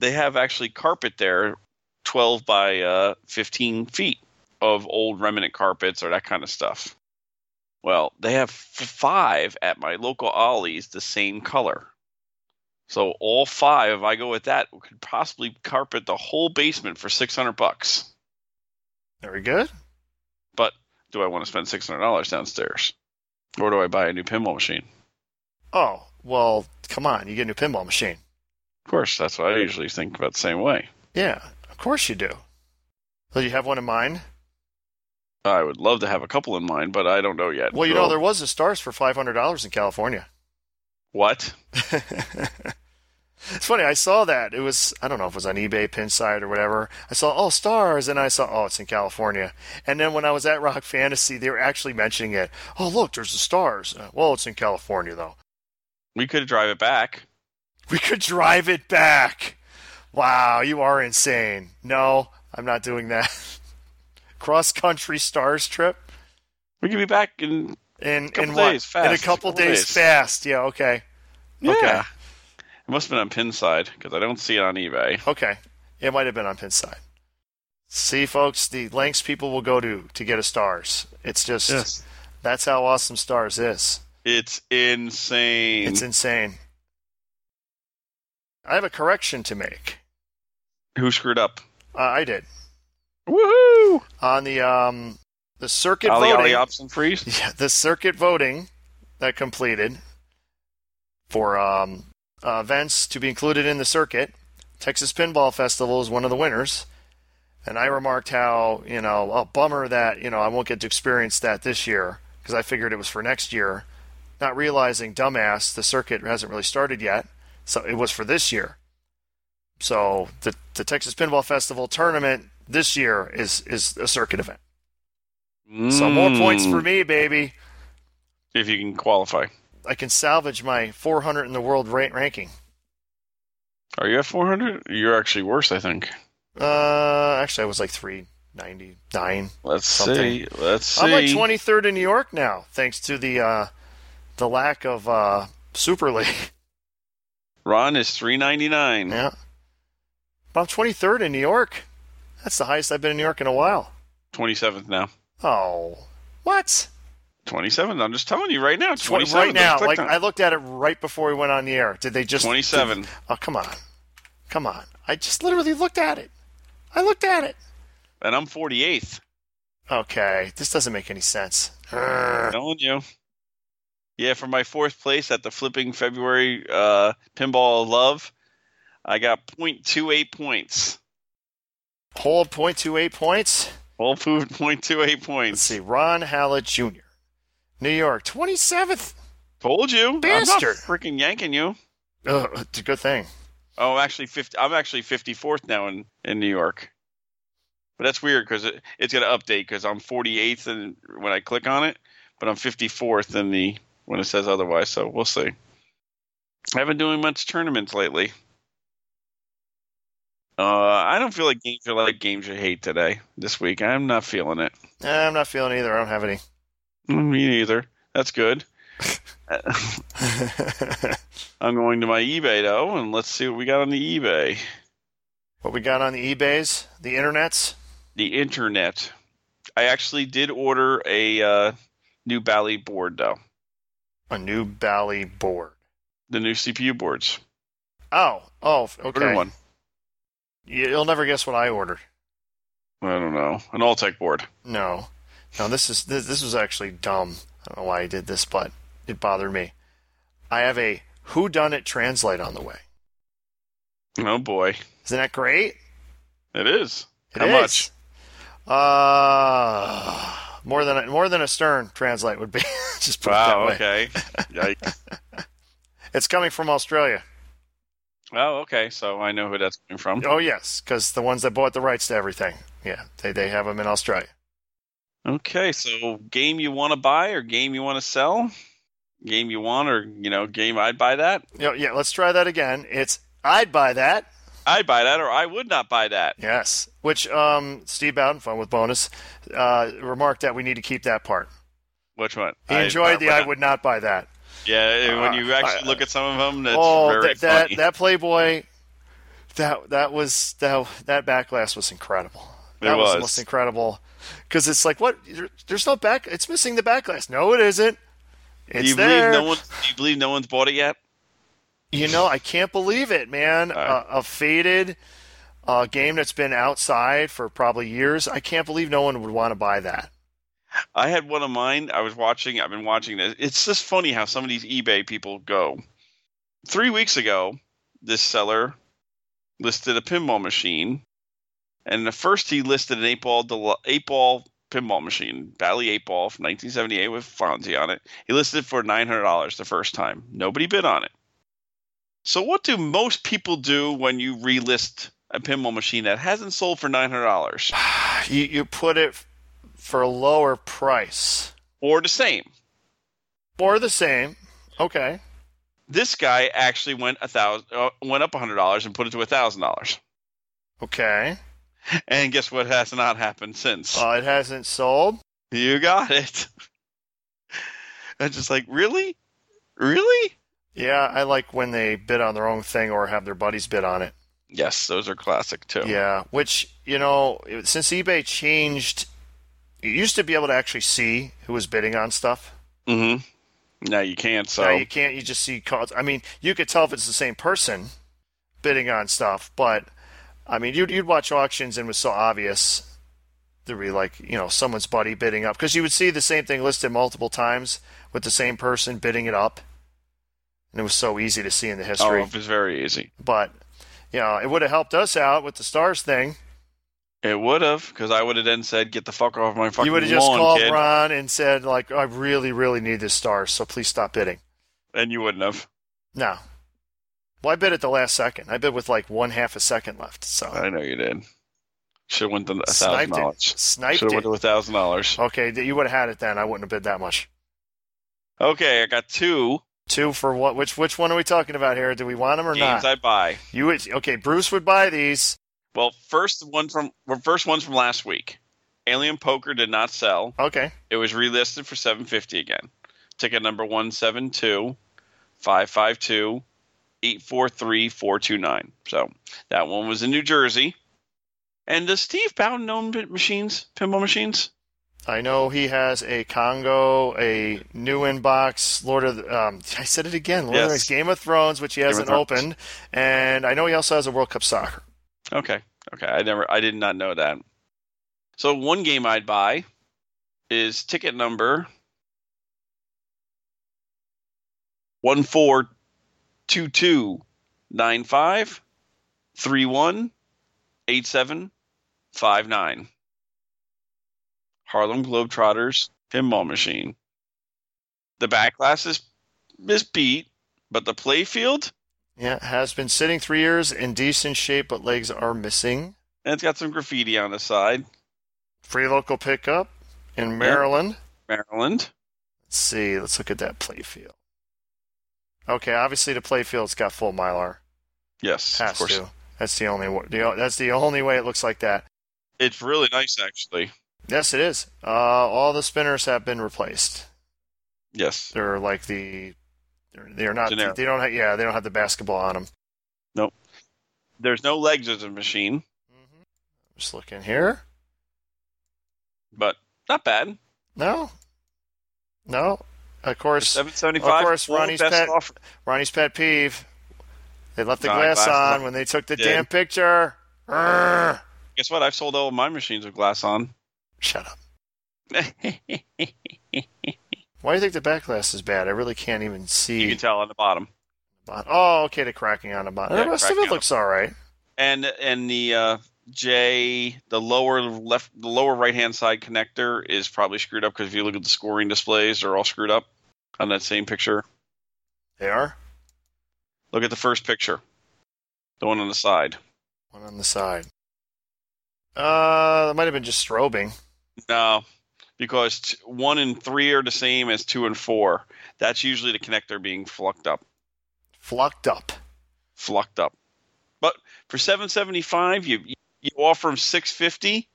G: They have actually carpet there, twelve by uh, fifteen feet of old remnant carpets or that kind of stuff. Well, they have f- five at my local Ollie's the same color. So all five, if I go with that, could possibly carpet the whole basement for six hundred bucks.
F: Very good.
G: But do I want to spend six hundred dollars downstairs, or do I buy a new pinball machine?
F: Oh, well, come on. You get a new pinball machine.
G: Of course, that's what I usually think about the same way.
F: Yeah, of course you do. So you have one in mind?
G: I would love to have a couple in mind, but I don't know yet.
F: Well, you know,
G: Well,
F: there was a Stars for $500 in California.
G: what?
F: it's funny. I saw that. It was I don't know if it was on eBay, Pinside, or whatever. I saw oh stars, and I saw oh it's in California. And then when I was at Rock Fantasy, they were actually mentioning it. Oh look, there's the stars. Uh, well, it's in California though.
G: We could drive it back.
F: We could drive it back. Wow, you are insane. No, I'm not doing that. Cross country stars trip
G: We could be back in
F: in
G: Couple
F: in what?
G: days,
F: In a
G: fast.
F: couple,
G: Couple
F: days,
G: days.
F: fast. Yeah. Okay.
G: yeah.
F: Okay.
G: It must have been on Pinside because I don't see it on eBay.
F: Okay. It might have been on Pinside. See, folks, the lengths people will go to to get a stars. It's just that's how awesome stars is.
G: It's insane.
F: It's insane. I have a correction to make.
G: Who screwed up?
F: Uh, I did.
G: Woohoo!
F: on the um the circuit
G: Ollie,
F: voting.
G: Ollie, Ops, and Freeze.
F: Yeah, the circuit voting that completed for um, uh, events to be included in the circuit. Texas Pinball Festival is one of the winners. And I remarked how, you know, a bummer that, you know, I won't get to experience that this year because I figured it was for next year, not realizing, dumbass, the circuit hasn't really started yet. So it was for this year. So the, the Texas Pinball Festival tournament this year is, is a circuit event. So more points for
G: Mm,
F: me, baby.
G: if you can qualify.
F: I can salvage my 400 in the world ra- ranking.
G: Are you at 400? You're actually worse, I think.
F: Uh, actually, I was like 399.
G: Let's
F: Something.
G: see. Let's see.
F: I'm like 23rd in New York now, thanks to the uh, the lack of uh, Super League.
G: Ron is 399.
F: yeah, but I'm 23rd in New York. That's the highest I've been in New York in a while.
G: 27th now.
F: Oh, what?
G: 27th. I'm just telling you right now.
F: Tw-
G: 27th.
F: right now,
G: Let's click
F: like
G: on it.
F: I looked at it right before we went on the air. Did they just
G: 27.
F: oh, come on, come on! I just literally looked at it. I looked at it.
G: and I'm 48th.
F: Okay, this doesn't make any sense. Urgh.
G: Telling you. Yeah, for my fourth place at the flipping February uh, pinball of love, I got 0.28 points.
F: Poll point two eight points.
G: Whole food 0.28
F: Let's
G: points.
F: see, Ron Hallett Jr. New York, twenty seventh.
G: Told you,
F: Bastard.
G: I'm not freaking yanking you.
F: It's a good thing.
G: Oh, actually, 50, I'm actually 54th now in, in New York. But that's weird because it, it's going to update because I'm 48th and when I click on it, but I'm 54th in the when it says otherwise. So we'll see. I haven't doing much tournaments lately. Uh, I don't feel like games you like games you hate today this week. I'm not feeling it.
F: Eh, I'm not feeling it either. I don't have any.
G: Mm, Me neither. That's good. I'm going to my eBay though, and let's see what we got on the eBay.
F: what we got on the eBays, the internets.
G: the internet. I actually did order a uh, new Bally board though,
F: A new Bally board.
G: the new CPU boards.
F: Oh, oh,
G: Ordered
F: okay.
G: one.
F: You- You'll never guess what I ordered.
G: I don't know, an Alltech board.
F: No, no. This is this, this was actually dumb. I don't know why I did this, but it bothered me. I have a Who Done It translate on the way.
G: Oh boy,
F: Isn't that great?
G: it is.
F: It
G: How
F: is.
G: much?
F: Uh, more than a, more than a stern translate would be. Just put it
G: Wow.
F: that way.
G: Okay. Yikes.
F: It's coming from Australia.
G: Oh, okay. So I know who that's coming from.
F: Oh yes, because the ones that bought the rights to everything, yeah, they they have them in Australia.
G: Okay. So game you want to buy or game you want to sell? Game you want or you know game I'd buy that.
F: You know, yeah, let's try that again. It's I'd buy that.
G: I'd buy that or I would not buy that.
F: Yes, which um, Steve Bowden, fun with bonus, uh, remarked that we need to keep that part.
G: Which one?
F: He
G: I-
F: enjoyed the
G: not-
F: I would not buy that.
G: Yeah, when you
F: Uh,
G: actually
F: I-
G: look at some of them, that's
F: oh,
G: very
F: that, that
G: funny.
F: that Playboy, that that was that that backlash was incredible.
G: It
F: that was. the
G: was.
F: most incredible because it's like what There- there's no back. It's missing the backlash. No, it isn't.
G: Do
F: It's
G: you
F: there.
G: believe no one? Do you believe no one's bought it yet?
F: You know, I can't believe it, man.
G: right.
F: a, a faded uh, game that's been outside for probably years. I can't believe no one would want to buy that.
G: I had one of mine. I was watching. I've been watching this. It's just funny how some of these eBay people go. Three weeks ago, this seller listed a pinball machine, and the first he listed an eight ball del- eight ball pinball machine, Bally eight ball from 1978 with Fonzie on it. He listed it for nine hundred dollars the first time. Nobody bid on it. So what do most people do when you relist a pinball machine that hasn't sold for nine hundred dollars?
F: You you put it f- for a lower price
G: or the same.
F: or the same. Okay.
G: This guy actually went a thousand, uh, went up a hundred dollars and put it to a thousand dollars.
F: Okay.
G: And guess what has not happened since?
F: Uh, it hasn't sold.
G: you got it. I'm just like, really, really?
F: Yeah, I like when they bid on their own thing or have their buddies bid on it.
G: Yes, those are classic too.
F: Yeah, which you know, it- since eBay changed, you used to be able to actually see who was bidding on stuff.
G: hmm Now you can't. So
F: Now you can't. You just see calls. I mean, you could tell if it's the same person bidding on stuff, but I mean, you'd you'd watch auctions and it was so obvious there'd be like you know someone's buddy bidding up because you would see the same thing listed multiple times with the same person bidding it up, and it was so easy to see in the
G: Oh,
F: history.
G: it was very easy.
F: But you know, it would have helped us out with the stars thing.
G: It would have, because I would have then said, "Get the fuck off my fucking
F: you would have just
G: lawn,
F: called
G: kid,"
F: Ron and said like, "I really, really need this star, so please stop bidding."
G: and you wouldn't have.
F: No. Well, I bid at the last second. I bid with like one half a second left. So
G: I know you did. Should have went the thousand
F: sniped it.
G: dollars.
F: Sniped
G: Should have
F: it.
G: went to thousand dollars.
F: Okay, th- you would have had it then. I wouldn't have bid that much.
G: Okay, I got two
F: Two for what? Which which one are we talking about here? Do we want them or
G: games
F: not?
G: I buy.
F: You would. Okay, Bruce would buy these.
G: Well, first one from well, first one's from last week. Alien Poker did not sell.
F: Okay,
G: It was relisted for seven fifty again. Ticket number one seven two five five two eight four three four two nine. So that one was in New Jersey. And does Steve Bowden own pin- machines, pinball machines?
F: I know he has a Congo, a new inbox, Lord of. The, um, I said it again. Lord of
G: Yes.
F: the, Game of Thrones, which he
G: of
F: hasn't
G: Thrones.
F: opened, and I know he also has a World Cup soccer.
G: Okay. Okay. I never I did not know that. So one game I'd buy is ticket number one four two two nine five three one eight seven five nine. Harlem Globetrotters pinball machine. The back glass is, is beat, but the playfield
F: Yeah, has been sitting three years in decent shape, but legs are missing.
G: and it's got some graffiti on the side.
F: Free local pickup in Maryland.
G: Maryland.
F: Let's see. Let's look at that play field. Okay, obviously the play field's got full mylar.
G: Yes,
F: Has
G: of course.
F: to. That's the only wa- the o- that's the only way it looks like that.
G: It's really nice, actually.
F: Yes, it is. Uh, all the spinners have been replaced.
G: Yes.
F: They're like the they're, they're not
G: Generic.
F: they don't have yeah they don't have the basketball on them.
G: There's no legs as a machine,
F: Just look in here.
G: but not bad.
F: No, no. Of course,
G: Seven seventy five.
F: Of course, Ronnie's
G: best
F: pet-
G: offer.
F: Ronnie's pet peeve. They left the
G: Nah,
F: glass
G: glass
F: on when they took the
G: Yeah.
F: damn picture. Urgh.
G: Guess what? I've sold all of my machines with glass on.
F: Shut up. Why do you think the back glass is bad? I really can't even see.
G: you can tell on the bottom,
F: bottom. Oh, okay, the cracking on the bottom.
G: Yeah,
F: the rest of
G: cracking
F: it
G: on
F: looks all right.
G: and and the uh, J, the lower left, the lower right hand side connector is probably screwed up because if you look at the scoring displays, they're all screwed up on that same picture.
F: They are.
G: Look at the first picture, the one on the side.
F: One on the side. Uh, that might have been just strobing.
G: No, because t- one and three are the same as two and four. That's usually the connector being flucked up,
F: Flocked up.
G: flucked up. But for seven seventy five, you you offer them six fifty.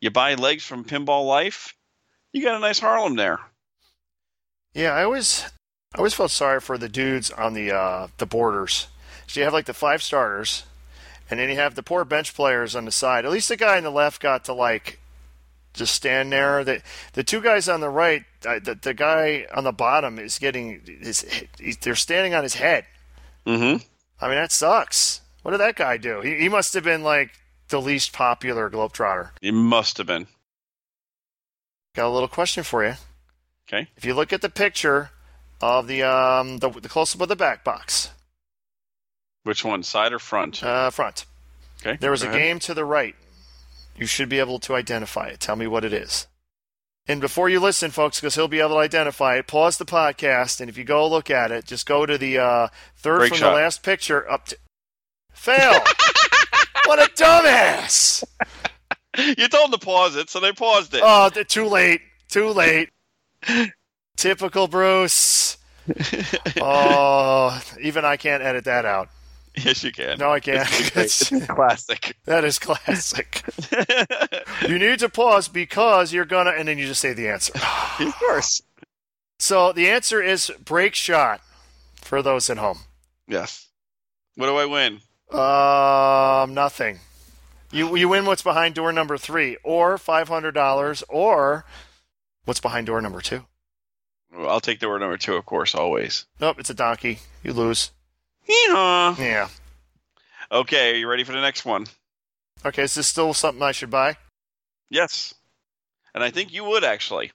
G: You buy legs from Pinball Life. You got a nice Harlem there.
F: Yeah, I always, I always felt sorry for the dudes on the uh, the borders. So you have like the five starters, and then you have the poor bench players on the side. At least the guy on the left got to like just stand there. The the two guys on the right, uh, the the guy on the bottom is getting is they're standing on his head.
G: Mm-hmm.
F: I mean, that sucks. What did that guy do? He, he must have been like the least popular Globetrotter.
G: It must have been.
F: Got a little question for you.
G: Okay.
F: If you look at the picture of the um the, the close up of the back box
G: Which one, side or front?
F: uh, front,
G: Okay.
F: there was
G: go
F: a
G: ahead.
F: game to the right. You should be able to identify it. Tell me what it is. And before you listen, folks, because he'll be able to identify it, pause the podcast, and if you go look at it, just go to the uh, third
G: Break
F: from
G: shot.
F: the last picture up to. Fail! what a dumbass!
G: You told them to pause it, so they paused it.
F: Oh, th- too late. Too late. Typical Bruce. oh, even I can't edit that out.
G: yes, you can.
F: No, I can't.
G: It's classic.
F: that is classic. you need to pause because you're gonna, and then you just say the answer.
G: of course.
F: So the answer is break shot for those at home.
G: Yes. What do I win?
F: Um, nothing. You you win what's behind door number three, or five hundred dollars, or what's behind door number two.
G: Well, I'll take the word number two, of course, always.
F: Nope, it's a donkey. You lose.
G: Yeehaw.
F: Yeah.
G: Okay, are you ready for the next one?
F: Okay, is this still something I should buy?
G: Yes. and I think you would actually.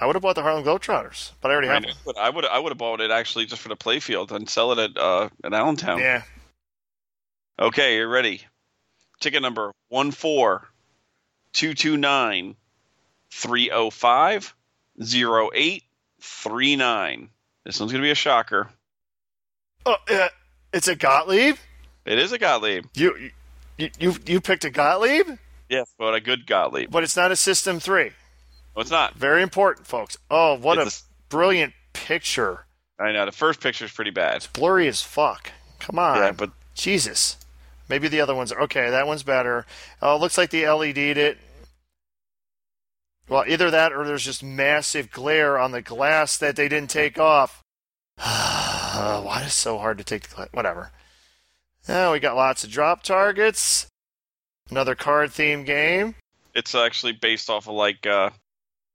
F: I would have bought the Harlem Globetrotters, but I already have
G: I
F: one.
G: would. I would. I would have bought it actually just for the playfield and sell it at uh, at Allentown.
F: Yeah.
G: Okay, you're ready. Ticket number one four two two nine three zero five zero eight three nine. This one's gonna be a shocker.
F: Oh, yeah. It's a Gottlieb.
G: It is a Gottlieb.
F: You, you, you, you picked a Gottlieb,
G: Yes, but a good Gottlieb.
F: but it's not a System Three.
G: No, it's not.
F: Very important, folks. Oh, what
G: It's
F: a brilliant picture.
G: I know the first picture's pretty bad.
F: Blurry as fuck. Come on.
G: Yeah, but
F: Jesus. Maybe the other ones are okay. That one's better. Oh, it looks like the LED'd it. Well, either that or there's just massive glare on the glass that they didn't take off. Uh, why is it so hard to take the glass? Whatever. Now we got lots of drop targets. Another card theme game.
G: it's actually based off of like uh,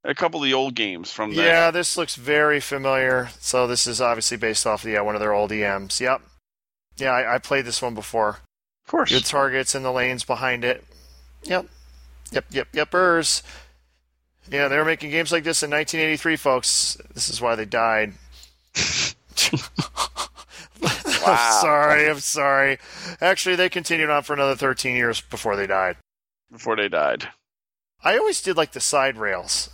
G: a couple of the old games from the
F: Yeah, this looks very familiar. So this is obviously based off of yeah, one of their old EMs. Yep. Yeah, I, I played this one before.
G: Of course.
F: Your targets and the lanes behind it. Yep. Yep, yep, yepers. Yeah, they were making games like this in 1983, folks. This is why they died. I'm sorry, I'm sorry. Actually, they continued on for another 13 years before they died.
G: Before they died.
F: I always did like the side rails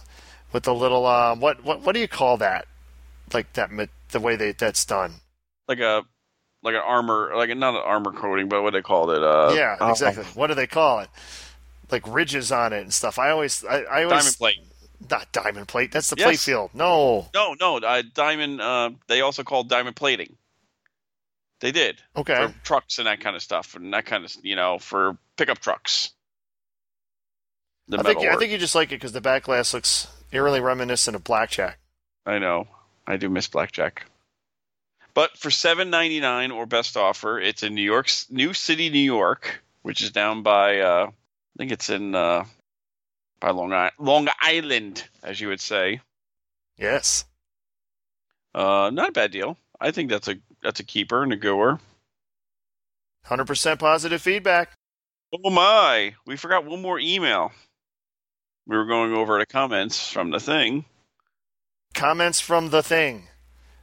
F: with the little uh, what what what do you call that? Like that ma- the way they that's done.
G: Like a like an armor like a, not an armor coating, but what they called it. Uh,
F: yeah,
G: oh,
F: exactly. What do they call it? Like ridges on it and stuff. I always I, I always
G: Diamond plate.
F: not diamond plate. That's the
G: Yes.
F: play field. No.
G: No, no, uh, diamond. Uh, they also called diamond plating. They did
F: Okay.
G: for trucks and that kind of stuff, and that kind of you know for pickup trucks. The
F: I
G: metal
F: think I think you just like it because the back glass looks eerily reminiscent of blackjack.
G: I know. I do miss blackjack. But for seven ninety nine or best offer, it's in New York's New City, New York, which is down by uh, I think it's in uh, by Long I- Long Island, as you would say.
F: Yes.
G: Uh, not a bad deal. I think that's a that's a keeper and a goer.
F: Hundred percent positive feedback.
G: Oh my! We forgot one more email. We were going over the comments from the thing.
F: Comments from the thing.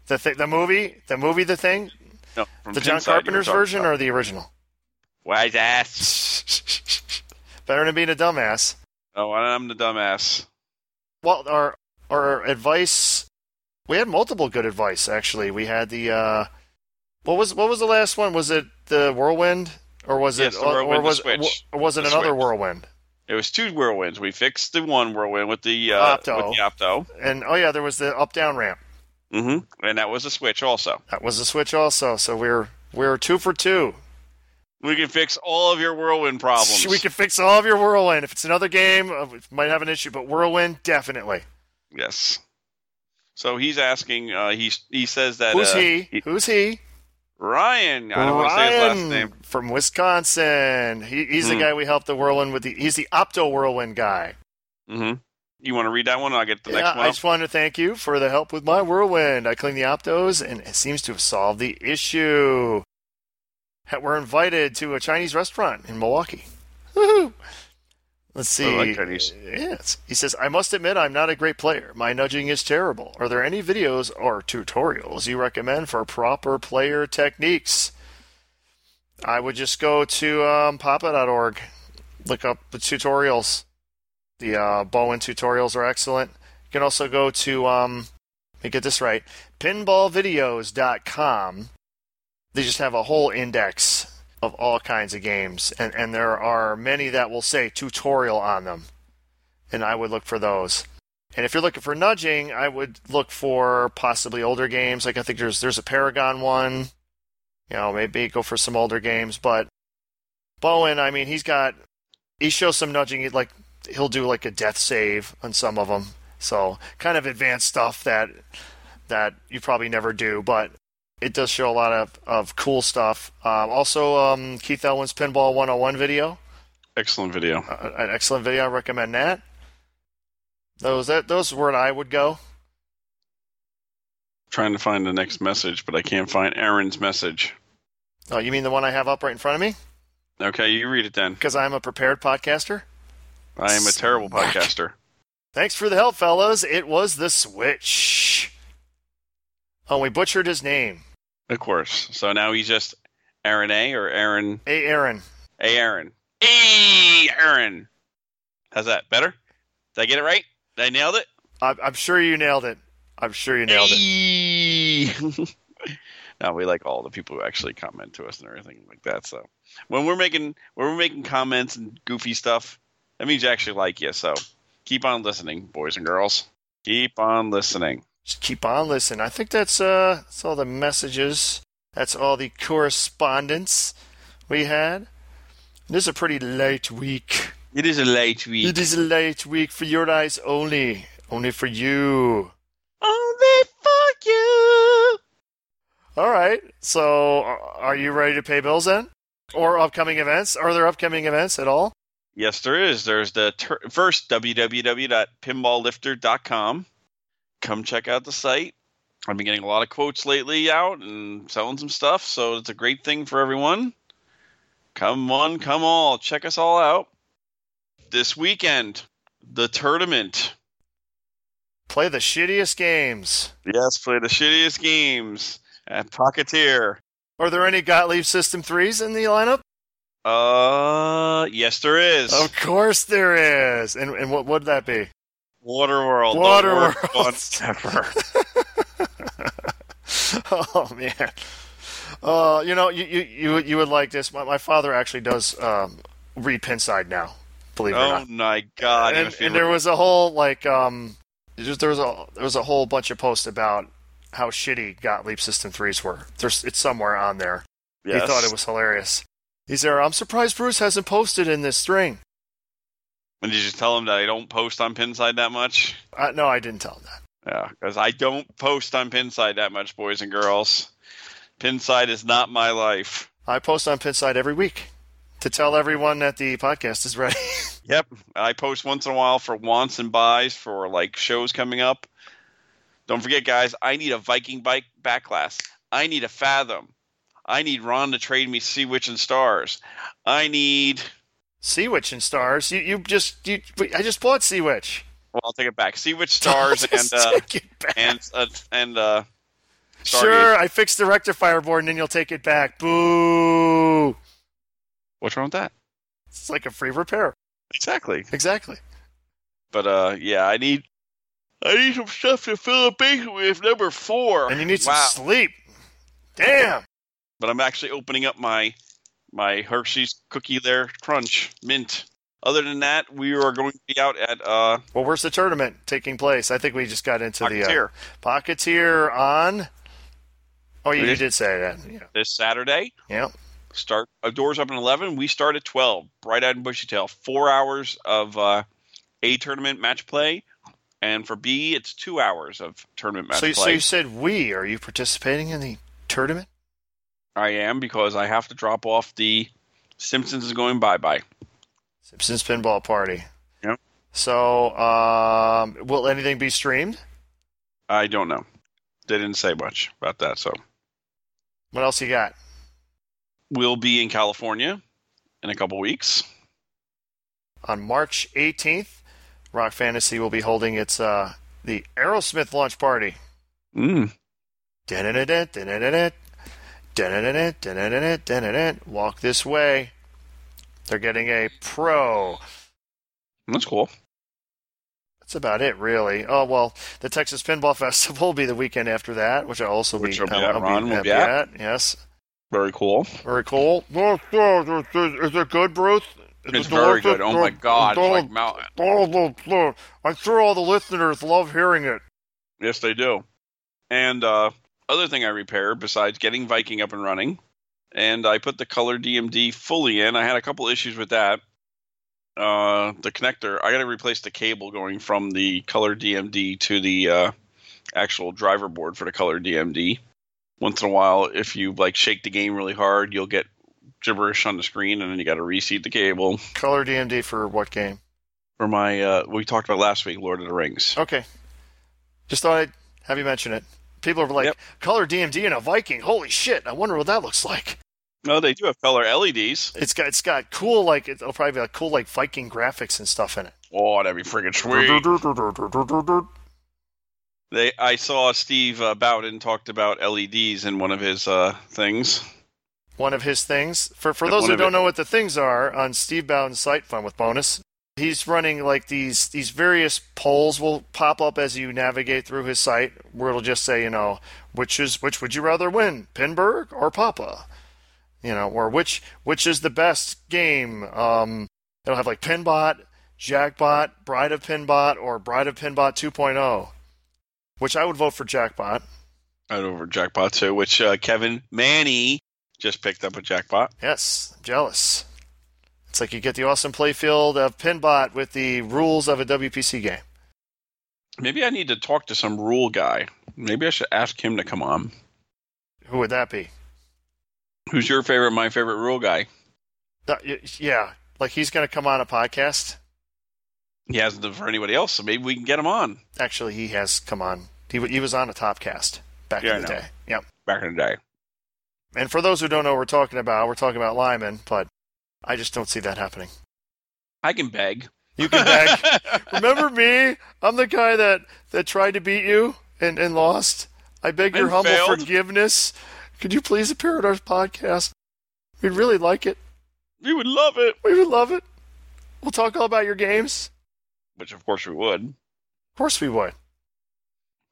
F: The thi- the movie? The movie the thing?
G: No, from
F: the John
G: Pinside you were
F: Carpenter's
G: talking
F: version
G: about.
F: or the original?
G: wise ass?
F: Better than being a dumbass.
G: Oh, I'm the dumbass.
F: well our our advice we had multiple good advice actually we had the uh what was what was the last one was it the whirlwind or was
G: Yes,
F: it
G: the
F: or,
G: whirlwind,
F: or
G: the
F: was
G: switch.
F: or was it
G: The
F: another
G: switch.
F: whirlwind
G: It was two whirlwinds. We fixed the one whirlwind with the uh,
F: Opto.
G: With the opto.
F: and oh yeah there was the up down ramp
G: hmm and that was a switch also.
F: that was the switch also so we're we're two for two
G: We can fix all of your whirlwind problems.
F: we can fix all of your whirlwind if it's another game uh, we might have an issue but whirlwind definitely
G: Yes. So he's asking. Uh, he he says that
F: who's
G: uh,
F: he? who's he
G: Ryan. I don't want to say his last
F: Ryan
G: name.
F: from Wisconsin. He, he's the
G: Hmm.
F: guy we helped the whirlwind with. The, he's the opto whirlwind guy.
G: hmm You want to read that one? I'll get the
F: Yeah,
G: next one.
F: I
G: up.
F: just wanted to thank you for the help with my whirlwind. I clean the optos, and it seems to have solved the issue. Ha- We're invited to a Chinese restaurant in Milwaukee. Woohoo! Let's see.
G: I like Chinese.
F: Yes. He says, I must admit I'm not a great player. My nudging is terrible. Are there any videos or tutorials you recommend for proper player techniques? I would just go to um, papa.org, look up the tutorials. The uh, Bowen tutorials are excellent. You can also go to, um, let me get this right, pinballvideos.com. They just have a whole index of all kinds of games, and, and there are many that will say tutorial on them, and I would look for those. And if you're looking for nudging, I would look for possibly older games. Like I think there's there's a Paragon one. You know, maybe go for some older games. But Bowen, I mean, he's got he shows some nudging. Like he'll do like a death save on some of them. So kind of advanced stuff that that you probably never do, but it does show a lot of, of cool stuff. Um, also, um, Keith Elwin's Pinball 101 video,
G: Excellent video.
F: uh, an excellent video. I recommend that. Those that those were where I would go.
G: trying to find the next message, but I can't find Aaron's message.
F: Oh, you mean the one I have up right in front of me?
G: Okay, you read it then.
F: Because I'm a prepared podcaster.
G: I am a terrible podcaster.
F: Thanks for the help, fellas. It was the Switch. Oh, we butchered his name.
G: Of course. So now he's just Aaron A or Aaron
F: Hey, Aaron.
G: A Aaron. A Aaron. How's that? Better? Did I get it right? Did I nailed it?
F: I- I'm sure you nailed it. I'm sure you nailed it.
G: it. now we like all the people who actually comment to us and everything like that. So when we're making when we're making comments and goofy stuff, that means you actually like you. So keep on listening, boys and girls. Keep on listening.
F: Just keep on listening. I think that's uh, that's all the messages. That's all the correspondence we had. This is a pretty late week.
G: It is a late week.
F: It is a late week for your eyes only. Only for you.
G: Only for Oh, you.
F: All right. So, are are you ready to pay bills then? Or upcoming events? Are there upcoming events at all?
G: Yes, there is. There's the tur first www.pinballlifter.com. Come check out the site. I've been getting a lot of quotes lately out and selling some stuff, so it's a great thing for everyone. Come on, come all, check us all out. This weekend, the tournament.
F: Play the shittiest games.
G: Yes, play the shittiest games at Pocketeer.
F: Are there any Gottlieb System 3s in the lineup?
G: Uh, yes, there is.
F: Of course there is. And, and what would that be?
G: Waterworld. the
F: Waterworld.
G: worst one ever.
F: oh man. Uh, you know, you, you you you would like this. My, my father actually does um, read Pinside now. Believe it or
G: Oh
F: not.
G: my god!
F: And,
G: if you
F: and there was a whole like um, there's- there was a there was a whole bunch of posts about how shitty Gottlieb System threes were. There's it's somewhere on there. He
G: Yes.
F: thought it was hilarious. He's there. I'm surprised Bruce hasn't posted in this string.
G: And did you tell him that I don't post on Pinside that much?
F: Uh, no, I didn't tell him that.
G: Yeah, because I don't post on Pinside that much, boys and girls. Pinside is not my life.
F: I post on Pinside every week to tell everyone that the podcast is ready.
G: Yep, I post once in a while for wants and buys for like shows coming up. Don't forget, guys, I need a Viking bike backlash. I need a Fathom. I need Ron to trade me Sea Witch and Stars. I need.
F: Sea Witch and Stars. You you just you I just bought Sea Witch.
G: Well, I'll take it back. Sea Witch, Stars, and
F: Just
G: uh,
F: take it back.
G: and uh, and uh, Stargate.
F: sure, I fixed the rectifier board, and then you'll take it back. Boo!
G: What's wrong with that?
F: It's like a free repair.
G: Exactly.
F: Exactly.
G: But uh, yeah, I need I need some stuff to fill a basement with number four.
F: And you need some
G: wow.
F: sleep. Damn.
G: But I'm actually opening up my my Hershey's cookie there, crunch mint. Other than that, we are going to be out at uh,
F: Well, where's the tournament taking place? I think we just got into
G: Pocketeer.
F: the uh, Pocketeer on. Oh, you,
G: We
F: you
G: just-
F: did say that. Yeah.
G: this Saturday.
F: yeah.
G: Start uh, doors open at eleven. We start at twelve. Bright eyed and bushy tail. Four hours of uh, A tournament match play, and for B, it's two hours of tournament match
F: So, you-
G: play.
F: so you said we. Are you participating in the tournament?
G: I am because I have to drop off the Simpsons is going bye bye.
F: Simpsons Pinball Party.
G: Yep.
F: So, um, will anything be streamed?
G: I don't know. They didn't say much about that. So
F: What else you got?
G: we'll be in California in a couple weeks.
F: on March 18th, Rock Fantasy will be holding its uh, the Aerosmith launch party.
G: Mm.
F: Dun-dun-dun-dun, dun-dun-dun-dun, dun-dun-dun-dun, dun-dun-dun-dun, dun-dun-dun. Walk this way. They're getting a pro.
G: That's cool.
F: That's about it, really. Oh well, the Texas Pinball Festival will be the weekend after that, which I'll also
G: Which
F: be,
G: will be
F: I'll,
G: at,
F: I'll
G: Ron will be
F: at. Yes,
G: Very cool.
F: very cool. Is it good, Bruce?
G: It's very good. Oh my god. It's like mountain.
F: I'm sure all the listeners love hearing it.
G: Yes, they do. And uh, other thing I repaired besides getting Viking up and running, and I put the color DMD fully in. I had a couple issues with that. Uh, the connector, I got to replace the cable going from the color DMD to the uh, actual driver board for the color DMD. Once in a while, if you like shake the game really hard, you'll get gibberish on the screen, and then you got to reseat the cable.
F: Color DMD for what game?
G: For my, uh, we talked about last week, Lord of the Rings.
F: Okay. Just thought I'd have you mention it. People are like,
G: Yep.
F: color DMD in a Viking. Holy shit! I wonder what that looks like.
G: No, they do have color E LEDs.
F: It's got it's got cool like it'll probably be like cool like Viking graphics and stuff in it.
G: Oh, that'd be freaking sweet. They, I saw Steve uh, Bowden talked about LEDs in one of his uh, things.
F: One of his things. For for
G: Yeah,
F: those
G: one
F: who
G: of
F: don't
G: it.
F: know what the things are, on Steve Bowden's site, Fun with Bonus, he's running like these these various polls will pop up as you navigate through his site, where it'll just say, you know, which is which would you rather win, Pinburg or Papa? You know, or which which is the best game? Um, it'll have like Pinbot, Jackbot, Bride of Pinbot, or Bride of Pinbot 2.0, which I would vote for Jackbot.
G: Right over Jackpot too, which uh, Kevin Manny just picked up a Jackpot.
F: Yes, I'm jealous. It's like you get the awesome playfield of Pinbot with the rules of a WPC game.
G: Maybe I need to talk to some rule guy. Maybe I should ask him to come on.
F: Who would that be?
G: Who's your favorite? My favorite rule guy.
F: That- Uh, y- yeah, like he's going to come on a podcast.
G: He hasn't done for anybody else, so maybe we can get him on
F: Actually, he has come on. He, w- he was on a Topcast back
G: Yeah, I
F: in the
G: know.
F: day. Yep.
G: back in the day.
F: And for those who don't know what we're talking about, we're talking about Lyman, but I just don't see that happening.
G: I can beg.
F: You can beg. Remember me? I'm the guy that, that tried to beat you and, and lost. I beg your
G: And
F: humble
G: failed.
F: forgiveness. Could you please appear at our podcast? We'd really like it.
G: we would love it.
F: We would love it. We'll talk all about your games.
G: Which of course we would.
F: Of course we would.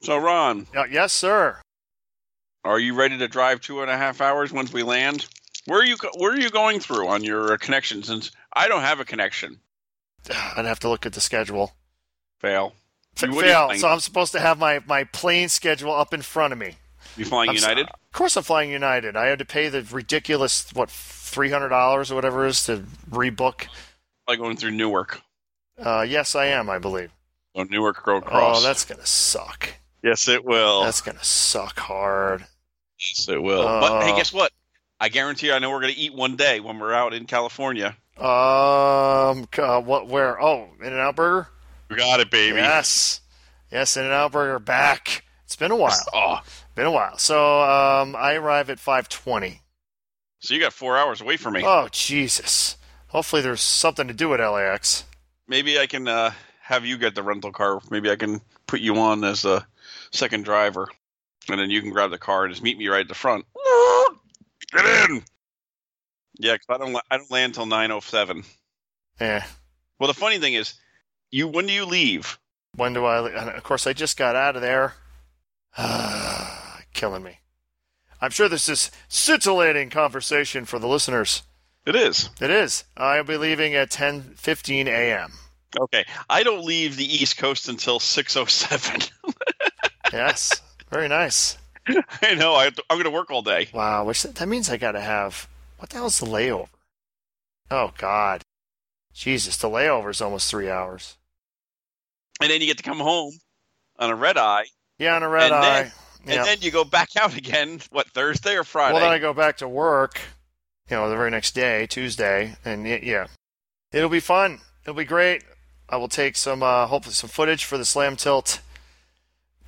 G: So Ron,
F: Yeah, yes, sir.
G: are you ready to drive two and a half hours once we land? Where are you? go- Where are you going through on your uh, connection? Since I don't have a connection.
F: I'd have to look at the schedule.
G: Fail.
F: F-
G: What do you
F: fail.
G: think?
F: So I'm supposed to have my, my plane schedule up in front of me.
G: You flying
F: I'm s-
G: United?
F: of course, I'm flying United. I had to pay the ridiculous what three hundred dollars or whatever it is to rebook.
G: Like going through Newark.
F: Uh, yes, I am. I believe.
G: Oh, Newark Road Cross. Oh.
F: Oh, that's gonna suck.
G: yes, it will.
F: That's gonna suck hard.
G: yes, it will. but hey,
F: Oh.
G: guess what? I guarantee you, I know we're going to eat one day when we're out in California.
F: Um, c- uh, what? Where? Oh, In and Out Burger.
G: We got it, baby.
F: Yes, yes, In and Out Burger back. It's been a while.
G: Oh,
F: Been a while. So um, I arrive at five twenty.
G: so you got four hours away from me.
F: Oh Jesus! Hopefully there's something to do at LAX.
G: Maybe I can uh, have you get the rental car. Maybe I can put you on as a second driver, and then you can grab the car and just meet me right at the front. Get in. Yeah, 'cause I don't la- I don't land till nine oh seven.
F: Eh.
G: Well, the funny thing is, you when do you leave?
F: When do I? and Of course, I just got out of there. Killing me. I'm sure this is scintillating conversation for the listeners.
G: It is.
F: It is. I'll be leaving at 10:15 a.m.
G: Okay, I don't leave the East Coast until six oh seven.
F: Yes. Very nice.
G: I know. I have to, I'm going to work all day.
F: Wow. Which that means I got to have what the hell's the layover? Oh God. Jesus, the layover's almost three hours.
G: And then you get to come home on a red eye,
F: Yeah, on a red
G: And
F: eye.
G: then-
F: yeah.
G: and then you go back out again. What Thursday or Friday?
F: Well, then I go back to work, you know, the very next day, Tuesday, and y yeah, it'll be fun. It'll be great. I will take some, uh, hopefully, some footage for the Slam Tilt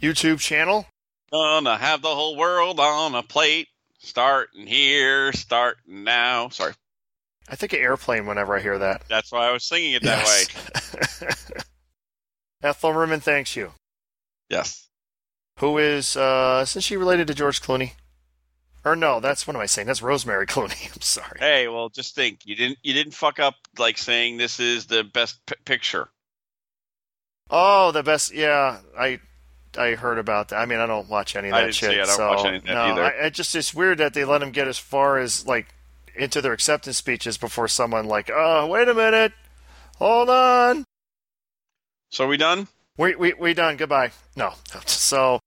F: YouTube channel.
G: Gonna have the whole world on a plate. Starting here, starting now. Sorry,
F: I think of airplane whenever I hear that.
G: that's why I was singing it that way.
F: way. Ethel Merman thanks you.
G: Yes.
F: Who is, uh, isn't she related to George Clooney? Or no, that's what am I saying? That's Rosemary Clooney. I'm sorry.
G: Hey, well, just think you didn't you didn't fuck up like saying this is the best p- picture.
F: Oh, the best. Yeah, I I heard about that. I mean, I don't watch any of
G: I
F: that
G: didn't
F: shit.
G: see it. I don't
F: so,
G: watch any of that
F: no,
G: either.
F: I, it just it's weird that they let him get as far as like into their acceptance speeches before someone like, oh, wait a minute, hold on,
G: So are we done?
F: we we we done. Goodbye. No. So.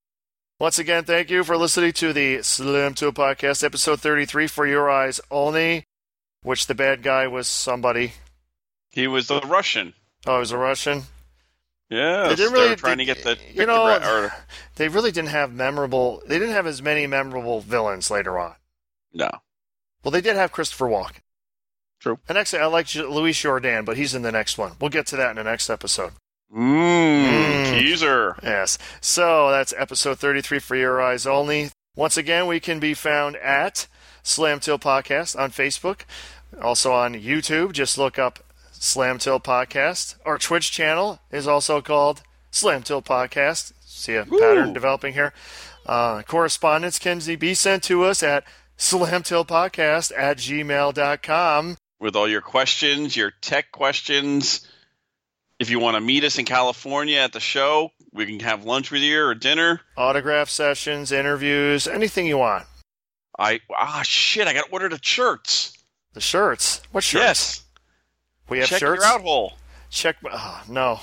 F: Once again, thank you for listening to the Slim Tool Podcast, episode 33, For Your Eyes Only, which the bad guy was somebody.
G: He was the Russian.
F: Oh, it was a Russian?
G: Yeah,
F: They
G: they
F: didn't
G: were
F: really-
G: trying to get the
F: you know,
G: the- or-
F: They really didn't have memorable, they didn't have as many memorable villains later on.
G: no.
F: Well, they did have Christopher Walken.
G: True.
F: And actually, I like J- Luis Jordan, but he's in the next one. We'll get to that in the next episode.
G: Mmm,
F: Mm.
G: teaser.
F: Yes. So that's episode 33 for your eyes only. Once again, we can be found at Slam Till Podcast on Facebook, also on YouTube. Just look up Slamtail Podcast. Our Twitch channel is also called Slamtail Podcast. See a pattern developing here. Uh, correspondence can be sent to us at slamtailpodcast at gmail.com.
G: with all your questions, your tech questions. If you want to meet us in California at the show, we can have lunch with you or dinner.
F: Autograph sessions, interviews, anything you want.
G: I ah shit, I got to order the shirts.
F: The shirts. What shirts?
G: Yes,
F: we have
G: check
F: shirts.
G: your out hole.
F: Check. Oh, no.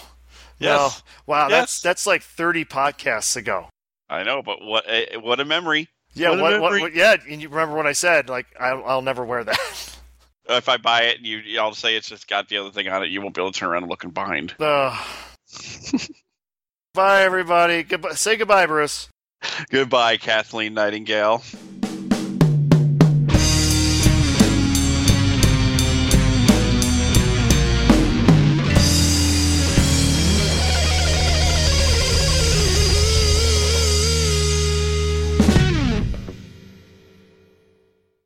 G: Yes.
F: No. Wow, that's
G: Yes.
F: that's like 30 podcasts ago.
G: I know, but what a, what a memory.
F: Yeah,
G: What a
F: what, what,
G: memory.
F: what, yeah, and you remember what I said? Like, I, I'll never wear that.
G: If I buy it, and you I'll say it's just got the other thing on it. You won't be able to turn around and look and behind.
F: Uh, bye, everybody. Goodbye. Say goodbye, Bruce.
G: Goodbye, Kathleen Nightingale.